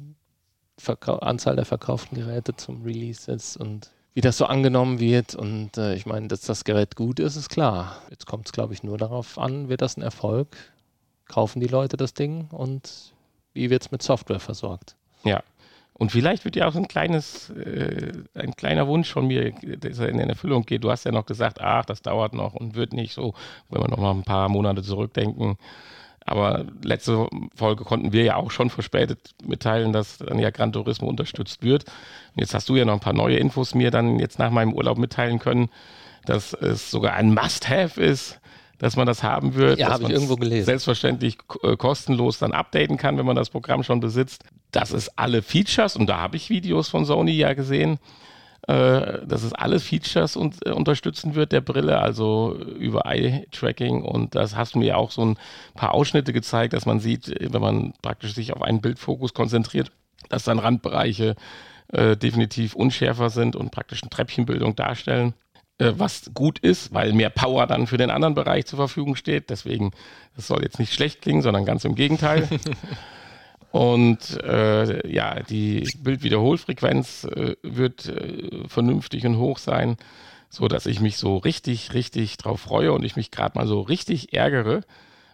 [SPEAKER 2] Verkau Anzahl der verkauften Geräte zum Release ist und wie das so angenommen wird. Und äh, ich meine, dass das Gerät gut ist, ist klar. Jetzt kommt es, glaube ich, nur darauf an, wird das ein Erfolg? Kaufen die Leute das Ding und wie wird es mit Software versorgt?
[SPEAKER 3] Ja. Und vielleicht wird ja auch so ein kleines, äh, ein kleiner Wunsch von mir, dass er in Erfüllung geht. Du hast ja noch gesagt, ach, das dauert noch und wird nicht so, wenn wir noch mal ein paar Monate zurückdenken. Aber letzte Folge konnten wir ja auch schon verspätet mitteilen, dass dann ja Gran Turismo unterstützt wird. Und jetzt hast du ja noch ein paar neue Infos mir dann jetzt nach meinem Urlaub mitteilen können, dass es sogar ein Must-Have ist, dass man das haben wird.
[SPEAKER 2] Ja,
[SPEAKER 3] dass
[SPEAKER 2] habe ich
[SPEAKER 3] man's
[SPEAKER 2] irgendwo gelesen.
[SPEAKER 3] Selbstverständlich k- äh, kostenlos dann updaten kann, wenn man das Programm schon besitzt. Das ist alle Features und da habe ich Videos von Sony ja gesehen. äh, Dass es alle Features und, äh, unterstützen wird der Brille, also über Eye-Tracking. Und das hast du mir ja auch so ein paar Ausschnitte gezeigt, dass man sieht, äh, wenn man praktisch sich auf einen Bildfokus konzentriert, dass dann Randbereiche äh, definitiv unschärfer sind und praktisch eine Treppchenbildung darstellen. Äh, was gut ist, weil mehr Power dann für den anderen Bereich zur Verfügung steht. Deswegen, das soll jetzt nicht schlecht klingen, sondern ganz im Gegenteil. Und äh, ja, die Bildwiederholfrequenz äh, wird äh, vernünftig und hoch sein, so dass ich mich so richtig, richtig drauf freue und ich mich gerade mal so richtig ärgere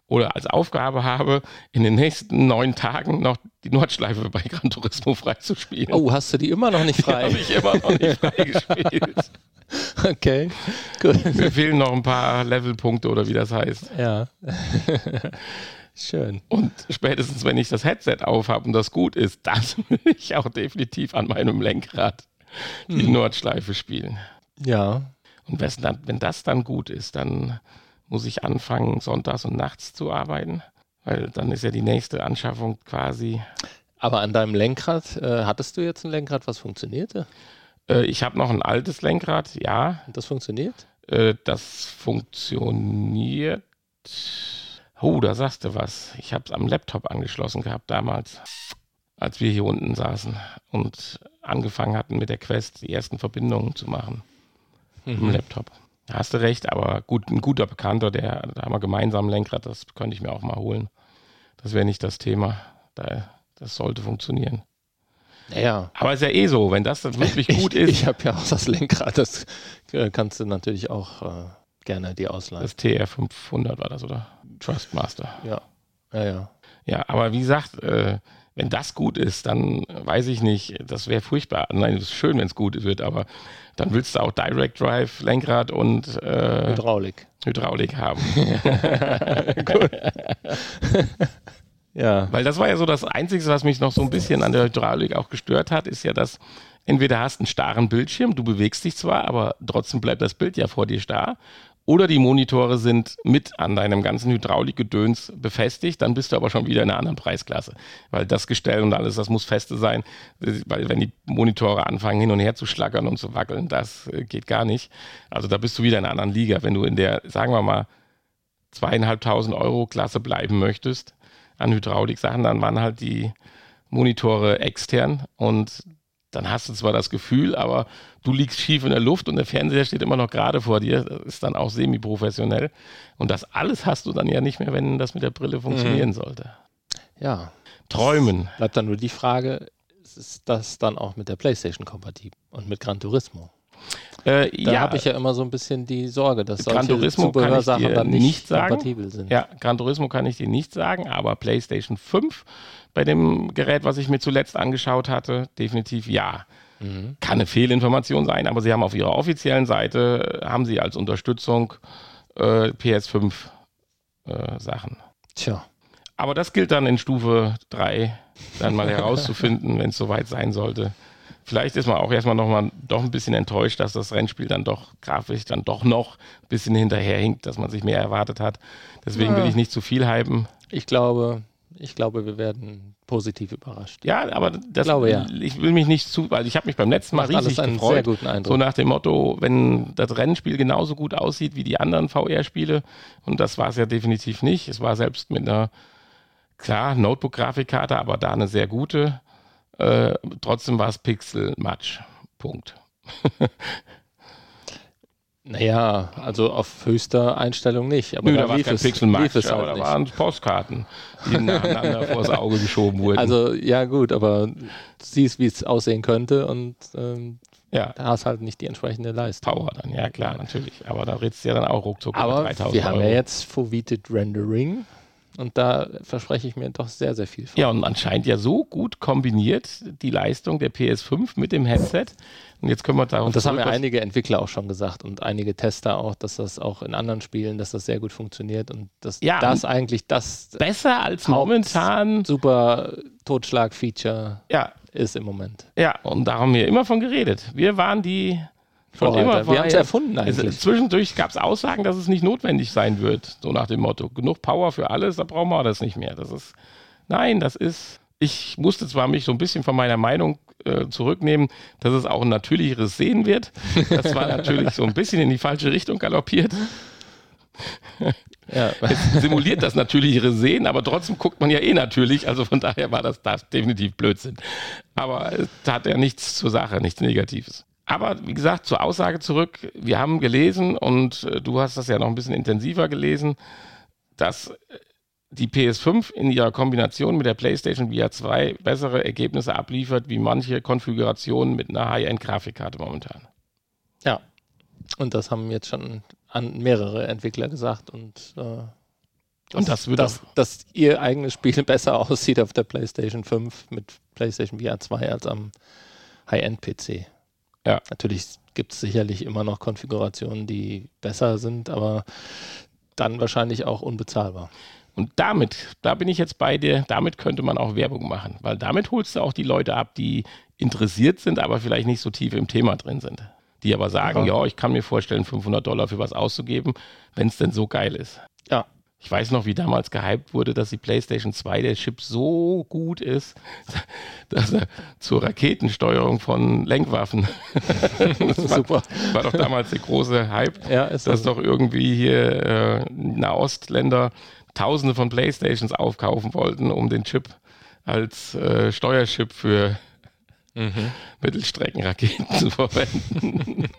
[SPEAKER 3] oder als Aufgabe habe, in den nächsten neun Tagen noch die Nordschleife bei Gran Turismo freizuspielen.
[SPEAKER 2] Oh, hast du die immer noch nicht
[SPEAKER 3] Habe
[SPEAKER 2] frei?
[SPEAKER 3] ich immer noch nicht freigespielt.
[SPEAKER 2] Okay, gut.
[SPEAKER 3] Mir fehlen noch ein paar Levelpunkte oder wie das heißt.
[SPEAKER 2] Ja. Schön.
[SPEAKER 3] Und spätestens, wenn ich das Headset aufhabe und das gut ist, dann will ich auch definitiv an meinem Lenkrad die Nordschleife spielen.
[SPEAKER 2] Ja.
[SPEAKER 3] Und wes- dann- wenn das dann gut ist, dann muss ich anfangen, sonntags und nachts zu arbeiten, weil dann ist ja die nächste Anschaffung quasi.
[SPEAKER 2] Aber an deinem Lenkrad, äh, hattest du jetzt ein Lenkrad, was funktionierte?
[SPEAKER 3] Äh, ich habe noch ein altes Lenkrad, ja,
[SPEAKER 2] Und das funktioniert?
[SPEAKER 3] Äh, das funktioniert. Oh, da sagst du was. Ich habe es am Laptop angeschlossen gehabt damals, als wir hier unten saßen und angefangen hatten mit der Quest die ersten Verbindungen zu machen im
[SPEAKER 2] Mhm.
[SPEAKER 3] Laptop. Da hast du recht, aber gut, ein guter Bekannter, der da haben wir gemeinsam ein Lenkrad, das könnte ich mir auch mal holen. Das wäre nicht das Thema. Da, das sollte funktionieren.
[SPEAKER 2] Naja.
[SPEAKER 3] Aber ist ja eh so, wenn das dann wirklich gut
[SPEAKER 2] ich,
[SPEAKER 3] ist.
[SPEAKER 2] Ich habe ja auch das Lenkrad, das äh, kannst du natürlich auch äh, gerne die ausleihen.
[SPEAKER 3] Das TR500 war das, oder? Trustmaster.
[SPEAKER 2] Ja. Ja, ja.
[SPEAKER 3] Ja, aber wie gesagt, äh, wenn das gut ist, dann weiß ich nicht, das wäre furchtbar. Nein, es ist schön, wenn es gut wird, aber dann willst du auch Direct Drive, Lenkrad und äh,
[SPEAKER 2] Hydraulik.
[SPEAKER 3] Hydraulik haben.
[SPEAKER 2] Ja.
[SPEAKER 3] Weil das war ja so das Einzige, was mich noch so ein bisschen an der Hydraulik auch gestört hat, ist ja, dass entweder hast einen starren Bildschirm, du bewegst dich zwar, aber trotzdem bleibt das Bild ja vor dir starr. Oder die Monitore sind mit an deinem ganzen Hydraulikgedöns befestigt, dann bist du aber schon wieder in einer anderen Preisklasse. Weil das Gestell und alles, das muss feste sein, weil wenn die Monitore anfangen hin und her zu schlackern und zu wackeln, das äh, geht gar nicht. Also da bist du wieder in einer anderen Liga. Wenn du in der, sagen wir mal, zweieinhalbtausend Euro Klasse bleiben möchtest, an Hydraulik-Sachen, dann waren halt die Monitore extern und dann hast du zwar das Gefühl, aber du liegst schief in der Luft und der Fernseher steht immer noch gerade vor dir. Das ist dann auch semi-professionell. Und das alles hast du dann ja nicht mehr, wenn das mit der Brille funktionieren
[SPEAKER 2] Mhm.
[SPEAKER 3] sollte.
[SPEAKER 2] Ja.
[SPEAKER 3] Träumen.
[SPEAKER 2] Bleibt dann nur die Frage, ist das dann auch mit der PlayStation kompatibel und mit Gran Turismo?
[SPEAKER 3] Äh,
[SPEAKER 2] Da
[SPEAKER 3] ja,
[SPEAKER 2] habe ich ja immer so ein bisschen die Sorge, dass
[SPEAKER 3] Gran
[SPEAKER 2] solche
[SPEAKER 3] Turismo kann ich
[SPEAKER 2] Zubehörsachen
[SPEAKER 3] dir
[SPEAKER 2] dann nicht,
[SPEAKER 3] nicht sagen.
[SPEAKER 2] kompatibel sind.
[SPEAKER 3] ja, Gran Turismo kann ich dir nicht sagen, aber PlayStation 5 bei dem Gerät, was ich mir zuletzt angeschaut hatte, definitiv ja.
[SPEAKER 2] Mhm.
[SPEAKER 3] kann eine Fehlinformation sein, aber sie haben auf ihrer offiziellen Seite, äh, haben sie als Unterstützung äh, PS5 äh, Sachen.
[SPEAKER 2] Tja,
[SPEAKER 3] Aber das gilt dann in Stufe 3 dann mal herauszufinden, wenn es soweit sein sollte. Vielleicht ist man auch erstmal noch mal doch ein bisschen enttäuscht, dass das Rennspiel dann doch grafisch dann doch noch ein bisschen hinterherhinkt, dass man sich mehr erwartet hat. Deswegen will ich nicht zu viel hypen.
[SPEAKER 2] ich glaube, ich glaube, wir werden positiv überrascht.
[SPEAKER 3] Ja, aber das
[SPEAKER 2] Glaube, ja.
[SPEAKER 3] ich will mich nicht zu, weil ich habe mich beim letzten Mal
[SPEAKER 2] Macht alles
[SPEAKER 3] riesig
[SPEAKER 2] einen
[SPEAKER 3] gefreut.
[SPEAKER 2] sehr guten Eindruck.
[SPEAKER 3] So nach dem Motto, wenn das Rennspiel genauso gut aussieht wie die anderen VR-Spiele, und das war es ja definitiv nicht. Es war selbst mit einer, klar, Notebook-Grafikkarte, aber da eine sehr gute. Äh, trotzdem war es Pixel-Matsch. Punkt.
[SPEAKER 2] Naja, also auf höchster Einstellung nicht. Aber
[SPEAKER 3] Nö, da
[SPEAKER 2] da
[SPEAKER 3] war
[SPEAKER 2] lief
[SPEAKER 3] kein
[SPEAKER 2] es, lief
[SPEAKER 3] Pixel-Matsch,
[SPEAKER 2] es
[SPEAKER 3] aber
[SPEAKER 2] halt
[SPEAKER 3] da
[SPEAKER 2] nicht.
[SPEAKER 3] waren Postkarten, die nacheinander vors Auge geschoben wurden.
[SPEAKER 2] Also ja gut, aber du siehst, wie es aussehen könnte und ähm,
[SPEAKER 3] ja,
[SPEAKER 2] da hast halt nicht die entsprechende Leistung.
[SPEAKER 3] Power dann, ja klar, natürlich. Aber da redest du ja dann auch ruckzuck über
[SPEAKER 2] Aber
[SPEAKER 3] 3000
[SPEAKER 2] wir haben
[SPEAKER 3] Euro.
[SPEAKER 2] ja jetzt Foveated Rendering und da verspreche ich mir doch sehr, sehr viel von.
[SPEAKER 3] Ja, und anscheinend ja so gut kombiniert die Leistung der PS5 mit dem Headset. Und jetzt können wir darauf
[SPEAKER 2] Und das haben ja
[SPEAKER 3] zurück, was-
[SPEAKER 2] einige Entwickler auch schon gesagt und einige Tester auch, dass das auch in anderen Spielen, dass das sehr gut funktioniert und dass
[SPEAKER 3] Ja,
[SPEAKER 2] das eigentlich das
[SPEAKER 3] besser als
[SPEAKER 2] Haupt-
[SPEAKER 3] momentan.
[SPEAKER 2] super Totschlag-Feature
[SPEAKER 3] Ja,
[SPEAKER 2] ist im Moment.
[SPEAKER 3] ja, und da haben wir immer von geredet. Wir waren die schon
[SPEAKER 2] Vorreiter.
[SPEAKER 3] immer
[SPEAKER 2] wir haben es erfunden
[SPEAKER 3] Also
[SPEAKER 2] eigentlich.
[SPEAKER 3] zwischendurch gab es Aussagen, dass es nicht notwendig sein wird, so nach dem Motto, genug Power für alles, da brauchen wir das nicht mehr. Das ist, nein, das ist, ich musste zwar mich so ein bisschen von meiner Meinung äh, zurücknehmen, dass es auch ein natürlicheres Sehen wird. Das war natürlich so ein bisschen in die falsche Richtung galoppiert.
[SPEAKER 2] Ja.
[SPEAKER 3] simuliert das natürlichere Sehen, aber trotzdem guckt man ja eh natürlich. Also von daher war das, das definitiv Blödsinn. Aber es hat ja nichts zur Sache, nichts Negatives. Aber wie gesagt, zur Aussage zurück. Wir haben gelesen und äh, du hast das ja noch ein bisschen intensiver gelesen, dass äh, die PS5 in ihrer Kombination mit der PlayStation VR 2 bessere Ergebnisse abliefert, wie manche Konfigurationen mit einer High-End-Grafikkarte momentan.
[SPEAKER 2] ja. Und das haben jetzt schon an mehrere Entwickler gesagt und, äh,
[SPEAKER 3] Und das wird
[SPEAKER 2] dass, dass ihr eigenes Spiel besser aussieht auf der PlayStation 5 mit PlayStation VR 2 als am High-End-PC.
[SPEAKER 3] Ja.
[SPEAKER 2] Natürlich gibt es sicherlich immer noch Konfigurationen, die besser sind, aber dann wahrscheinlich auch unbezahlbar.
[SPEAKER 3] Und damit, da bin ich jetzt bei dir, damit könnte man auch Werbung machen, weil damit holst du auch die Leute ab, die interessiert sind, aber vielleicht nicht so tief im Thema drin sind. Die aber sagen, ja, ich kann mir vorstellen, 500 Dollar für was auszugeben, wenn es denn so geil ist.
[SPEAKER 2] Ja.
[SPEAKER 3] Ich weiß noch, wie damals gehypt wurde, dass die PlayStation 2 der Chip so gut ist, dass er zur Raketensteuerung von Lenkwaffen. das war,
[SPEAKER 2] Super.
[SPEAKER 3] war doch damals der große Hype
[SPEAKER 2] Ja, ist das
[SPEAKER 3] dass doch irgendwie hier äh, Nahostländer Tausende von Playstations aufkaufen wollten, um den Chip als äh, Steuerchip für
[SPEAKER 2] Mhm.
[SPEAKER 3] Mittelstreckenraketen zu verwenden.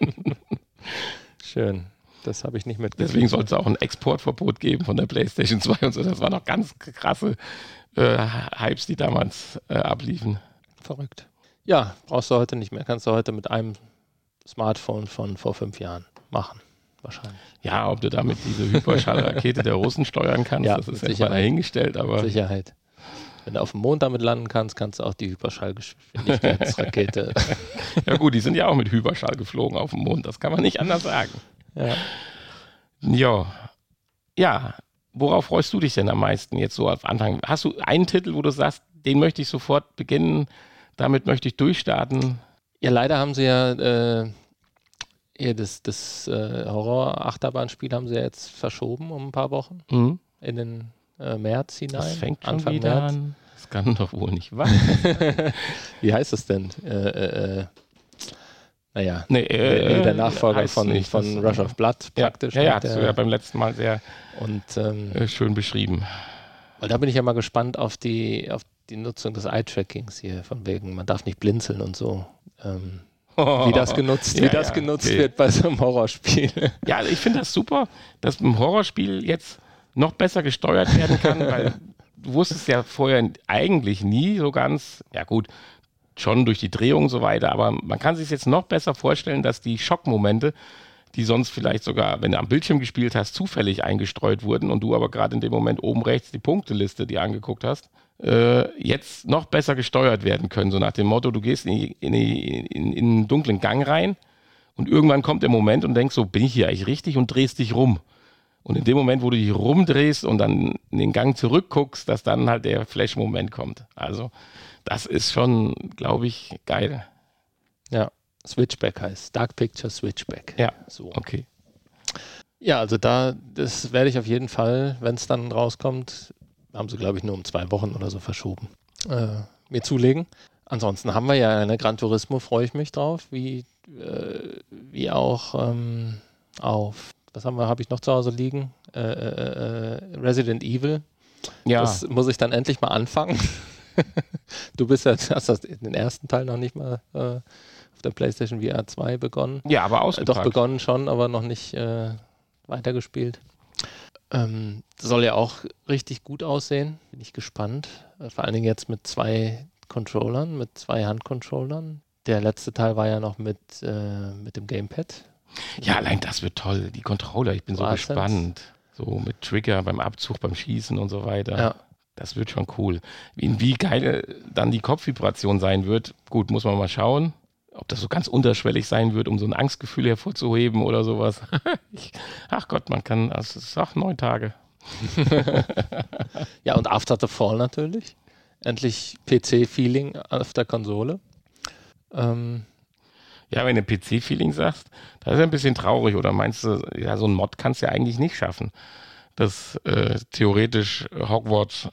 [SPEAKER 2] schön. Das habe ich nicht mitgekriegt.
[SPEAKER 3] Deswegen soll es auch ein Exportverbot geben von der PlayStation 2 und so. Das waren noch ganz krasse äh, Hypes, die damals äh, abliefen.
[SPEAKER 2] Verrückt. Ja, brauchst du heute nicht mehr. Kannst du heute mit einem Smartphone von vor fünf Jahren machen. wahrscheinlich.
[SPEAKER 3] Ja, ob du damit diese Hyperschallrakete der Russen steuern kannst,
[SPEAKER 2] Ja,
[SPEAKER 3] das
[SPEAKER 2] mit
[SPEAKER 3] ist ja mal
[SPEAKER 2] Sicherheit.
[SPEAKER 3] dahingestellt, aber
[SPEAKER 2] Sicherheit. Wenn du auf dem Mond damit landen kannst, kannst du auch die Hyperschallgeschwindigkeitsrakete.
[SPEAKER 3] ja gut, die sind ja auch mit Hyperschall geflogen auf dem Mond, das kann man nicht anders sagen.
[SPEAKER 2] ja.
[SPEAKER 3] Ja. Ja, worauf freust du dich denn am meisten jetzt so auf Anfang? Hast du einen Titel, wo du sagst, den möchte ich sofort beginnen, damit möchte ich durchstarten?
[SPEAKER 2] ja, leider haben sie ja, äh, ja das, das äh, Horror-Achterbahnspiel haben sie ja jetzt verschoben um ein paar Wochen
[SPEAKER 3] Hm?
[SPEAKER 2] in den äh, März hinein.
[SPEAKER 3] Das fängt schon
[SPEAKER 2] Anfang
[SPEAKER 3] wieder
[SPEAKER 2] März.
[SPEAKER 3] an. Das kann doch wohl nicht wahr sein.
[SPEAKER 2] Wie heißt es denn? Äh, äh, äh, naja,
[SPEAKER 3] Nee,
[SPEAKER 2] äh, der Nachfolger
[SPEAKER 3] heißt
[SPEAKER 2] von,
[SPEAKER 3] nicht,
[SPEAKER 2] von
[SPEAKER 3] das-
[SPEAKER 2] Rush of Blood
[SPEAKER 3] ja,
[SPEAKER 2] praktisch.
[SPEAKER 3] Ja, ja,
[SPEAKER 2] mit
[SPEAKER 3] hast du
[SPEAKER 2] der-
[SPEAKER 3] ja beim letzten Mal sehr
[SPEAKER 2] und ähm,
[SPEAKER 3] äh, schön beschrieben.
[SPEAKER 2] Weil da bin ich ja mal gespannt auf die, auf die Nutzung des Eye-Trackings hier, von wegen, man darf nicht blinzeln und so. Ähm, wie das genutzt,
[SPEAKER 3] Ja,
[SPEAKER 2] wie das
[SPEAKER 3] ja,
[SPEAKER 2] genutzt
[SPEAKER 3] okay.
[SPEAKER 2] wird bei so einem Horrorspiel.
[SPEAKER 3] Ja, also ich finde das super, dass ein Horrorspiel jetzt noch besser gesteuert werden kann, weil du wusstest ja vorher eigentlich nie so ganz, ja gut, schon durch die Drehung und so weiter, aber man kann sich jetzt noch besser vorstellen, dass die Schockmomente, die sonst vielleicht sogar, wenn du am Bildschirm gespielt hast, zufällig eingestreut wurden und du aber gerade in dem Moment oben rechts die Punkteliste dir angeguckt hast, äh, jetzt noch besser gesteuert werden können. So nach dem Motto, du gehst in, die, in, die, in, in einen dunklen Gang rein und irgendwann kommt der Moment und denkst so, bin ich hier eigentlich richtig und drehst dich rum. Und in dem Moment, wo du dich rumdrehst und dann in den Gang zurückguckst, dass dann halt der Flash-Moment kommt. Also, das ist schon, glaube ich, geil.
[SPEAKER 2] ja, Switchback heißt. Dark Picture Switchback.
[SPEAKER 3] Ja.
[SPEAKER 2] So.
[SPEAKER 3] Okay.
[SPEAKER 2] Ja, also da, das werde ich auf jeden Fall, wenn es dann rauskommt, haben sie, glaube ich, nur um zwei Wochen oder so verschoben, äh, mir zulegen. Ansonsten haben wir ja eine Gran Turismo, freue ich mich drauf, wie, äh, wie auch ähm, auf, was haben wir, habe ich noch zu Hause liegen? Äh, äh, äh, Resident Evil.
[SPEAKER 3] Ja,
[SPEAKER 2] Das muss ich dann endlich mal anfangen. du bist ja, hast das in den ersten Teil noch nicht mal äh, auf der PlayStation VR 2 begonnen.
[SPEAKER 3] ja aber
[SPEAKER 2] Äh, Doch
[SPEAKER 3] ausgepackt.
[SPEAKER 2] begonnen schon, aber noch nicht äh, weitergespielt. Ähm, soll ja auch richtig gut aussehen. Bin ich gespannt. Äh, Vor allen Dingen jetzt mit zwei Controllern, mit zwei Handcontrollern. Der letzte Teil war ja noch mit, äh, mit dem Gamepad.
[SPEAKER 3] ja, allein das wird toll. Die Controller, ich bin so
[SPEAKER 2] DualSense.
[SPEAKER 3] gespannt. So mit Trigger beim Abzug, beim Schießen und so weiter.
[SPEAKER 2] Ja.
[SPEAKER 3] Das wird schon cool. Wie, wie geil äh, dann die Kopfvibration sein wird, gut, muss man mal schauen, ob das so ganz unterschwellig sein wird, um so ein Angstgefühl hervorzuheben oder sowas. ich, ach Gott, man kann, das ist auch neun Tage.
[SPEAKER 2] ja, und After the Fall natürlich. Endlich PC-Feeling auf der Konsole. Ähm,
[SPEAKER 3] Ja, wenn du PC-Feeling sagst, das ist ein bisschen traurig. Oder meinst du, ja, so ein Mod kannst du ja eigentlich nicht schaffen. Das äh, theoretisch äh, Hogwarts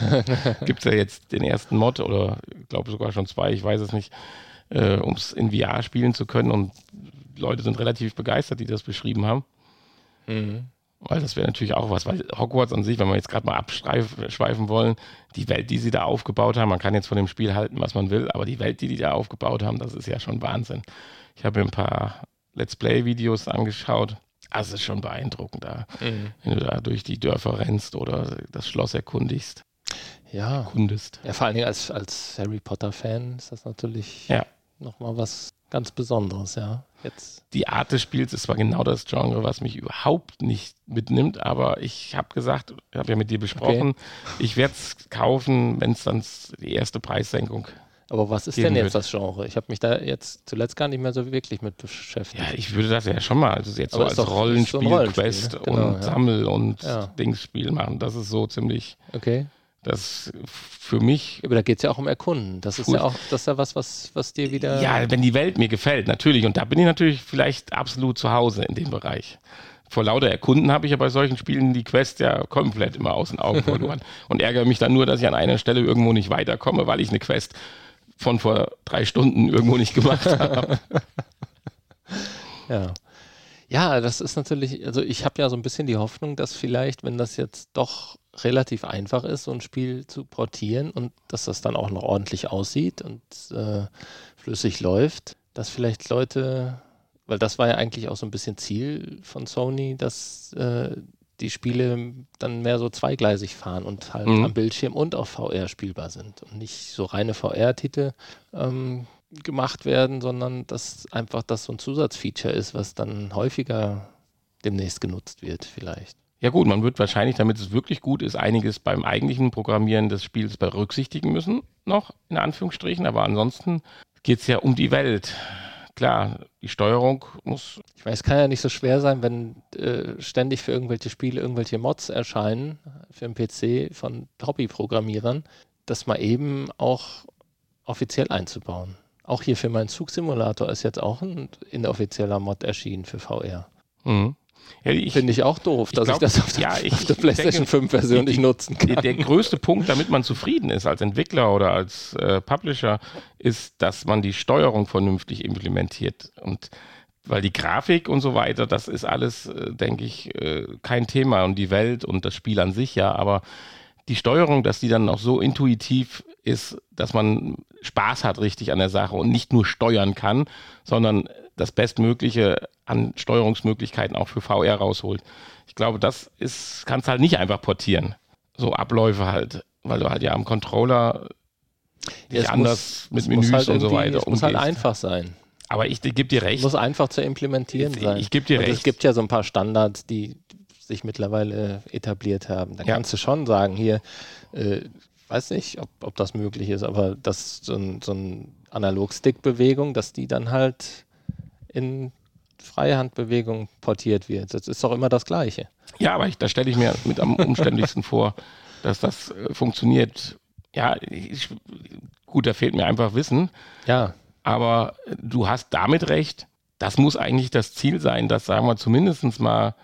[SPEAKER 3] gibt es ja jetzt den ersten Mod oder ich glaube sogar schon zwei, ich weiß es nicht, äh, um es in VR spielen zu können. Und Leute sind relativ begeistert, die das beschrieben haben. Weil das wäre natürlich auch was, weil Hogwarts an sich, wenn wir jetzt gerade mal abschweifen wollen, die Welt, die sie da aufgebaut haben, man kann jetzt von dem Spiel halten, was man will, aber die Welt, die die da aufgebaut haben, das ist ja schon Wahnsinn. Ich habe mir ein paar Let's Play-Videos angeschaut. Das ist schon beeindruckend da, wenn du da durch die Dörfer rennst oder das Schloss erkundigst,
[SPEAKER 2] Ja.
[SPEAKER 3] kundest.
[SPEAKER 2] Ja, vor allen Dingen als, als Harry Potter-Fan ist das natürlich
[SPEAKER 3] Ja.
[SPEAKER 2] nochmal was ganz Besonderes, ja. Jetzt,
[SPEAKER 3] Die Art des Spiels ist zwar genau das Genre, was mich überhaupt nicht mitnimmt, aber ich habe gesagt, ich habe ja mit dir besprochen, ich werde es kaufen, wenn es dann die erste Preissenkung
[SPEAKER 2] aber was ist denn
[SPEAKER 3] Geben wird.
[SPEAKER 2] jetzt das Genre? Ich habe mich da jetzt zuletzt gar nicht mehr so wirklich mit beschäftigt.
[SPEAKER 3] Ja, ich würde das ja schon mal, also jetzt
[SPEAKER 2] Aber ist
[SPEAKER 3] so als
[SPEAKER 2] doch- ist so
[SPEAKER 3] Rollenspiel,
[SPEAKER 2] ein Rollenspiel,
[SPEAKER 3] Quest
[SPEAKER 2] ne? Genau,
[SPEAKER 3] und
[SPEAKER 2] ja.
[SPEAKER 3] Sammel- und
[SPEAKER 2] Ja.
[SPEAKER 3] Dingsspiel machen. Das ist so ziemlich,
[SPEAKER 2] Okay.
[SPEAKER 3] das für mich.
[SPEAKER 2] Ja, Aber da geht es ja auch um Erkunden. Das ist
[SPEAKER 3] Cool.
[SPEAKER 2] ja auch, das ist ja was, was, was dir wieder.
[SPEAKER 3] Ja, wenn die Welt mir gefällt, natürlich. Und da bin ich natürlich vielleicht absolut zu Hause in dem Bereich. Vor lauter Erkunden habe ich ja bei solchen Spielen die Quest ja komplett immer aus den Augen verloren. und ärgere mich dann nur, dass ich an einer Stelle irgendwo nicht weiterkomme, weil ich eine Quest von vor drei Stunden irgendwo nicht gemacht habe.
[SPEAKER 2] Ja. Ja, das ist natürlich, also ich habe ja so ein bisschen die Hoffnung, dass vielleicht, wenn das jetzt doch relativ einfach ist, so ein Spiel zu portieren und dass das dann auch noch ordentlich aussieht und äh, flüssig läuft, dass vielleicht Leute, weil das war ja eigentlich auch so ein bisschen Ziel von Sony, dass äh, die Spiele dann mehr so zweigleisig fahren und halt
[SPEAKER 3] Mhm.
[SPEAKER 2] am Bildschirm und auf VR spielbar sind und nicht so reine VR-Titel ähm, gemacht werden, sondern dass einfach das so ein Zusatzfeature ist, was dann häufiger demnächst genutzt wird, vielleicht.
[SPEAKER 3] Ja gut, man wird wahrscheinlich, damit es wirklich gut ist, einiges beim eigentlichen Programmieren des Spiels berücksichtigen müssen, noch in Anführungsstrichen, aber ansonsten geht es ja um die Welt. Klar, die Steuerung muss,
[SPEAKER 2] Ich weiß, kann ja nicht so schwer sein, wenn äh, ständig für irgendwelche Spiele irgendwelche Mods erscheinen, für den PC von Hobbyprogrammierern, das mal eben auch offiziell einzubauen. Auch hier für meinen Zugsimulator ist jetzt auch ein inoffizieller Mod erschienen für VR.
[SPEAKER 3] hm. ja, ich,
[SPEAKER 2] Finde ich auch doof,
[SPEAKER 3] ich
[SPEAKER 2] dass
[SPEAKER 3] glaub-
[SPEAKER 2] ich das auf der,
[SPEAKER 3] ja, ich-
[SPEAKER 2] auf der
[SPEAKER 3] ich
[SPEAKER 2] PlayStation
[SPEAKER 3] denke,
[SPEAKER 2] 5 Version
[SPEAKER 3] die-
[SPEAKER 2] nicht nutzen kann.
[SPEAKER 3] der, der größte Punkt, damit man zufrieden ist als Entwickler oder als äh, Publisher, ist, dass man die Steuerung vernünftig implementiert. Und weil die Grafik und so weiter, das ist alles, äh, denke ich, äh, kein Thema und die Welt und das Spiel an sich ja, aber die Steuerung, dass die dann noch so intuitiv ist, dass man Spaß hat richtig an der Sache und nicht nur steuern kann, sondern das Bestmögliche an Steuerungsmöglichkeiten auch für VR rausholt. Ich glaube, das ist, kannst halt nicht einfach portieren so Abläufe halt, weil du halt ja am Controller
[SPEAKER 2] Ja,
[SPEAKER 3] dich
[SPEAKER 2] es
[SPEAKER 3] anders
[SPEAKER 2] muss- es
[SPEAKER 3] mit
[SPEAKER 2] muss
[SPEAKER 3] Menüs und so
[SPEAKER 2] irgendwie-
[SPEAKER 3] weiter
[SPEAKER 2] Es muss halt
[SPEAKER 3] umgehst.
[SPEAKER 2] einfach sein.
[SPEAKER 3] Aber ich, ich gebe dir
[SPEAKER 2] Es
[SPEAKER 3] recht.
[SPEAKER 2] muss einfach zu implementieren
[SPEAKER 3] Ich-
[SPEAKER 2] sein.
[SPEAKER 3] ich geb dir
[SPEAKER 2] Und Es
[SPEAKER 3] recht.
[SPEAKER 2] gibt ja so ein paar Standards, die sich mittlerweile äh, etabliert haben. Da
[SPEAKER 3] Ja.
[SPEAKER 2] kannst du schon sagen, hier, äh, weiß nicht, ob, ob das möglich ist, aber dass so ein, so ein Analog-Stick-Bewegung, dass die dann halt in Freihandbewegung portiert wird. Das ist doch immer das Gleiche.
[SPEAKER 3] Ja, aber ich, da stelle ich mir mit am umständlichsten vor, dass das äh, funktioniert. Ja, ich, gut, da fehlt mir einfach Wissen.
[SPEAKER 2] Ja,
[SPEAKER 3] Aber äh, du hast damit recht. Das muss eigentlich das Ziel sein, dass, sagen wir, zumindest mal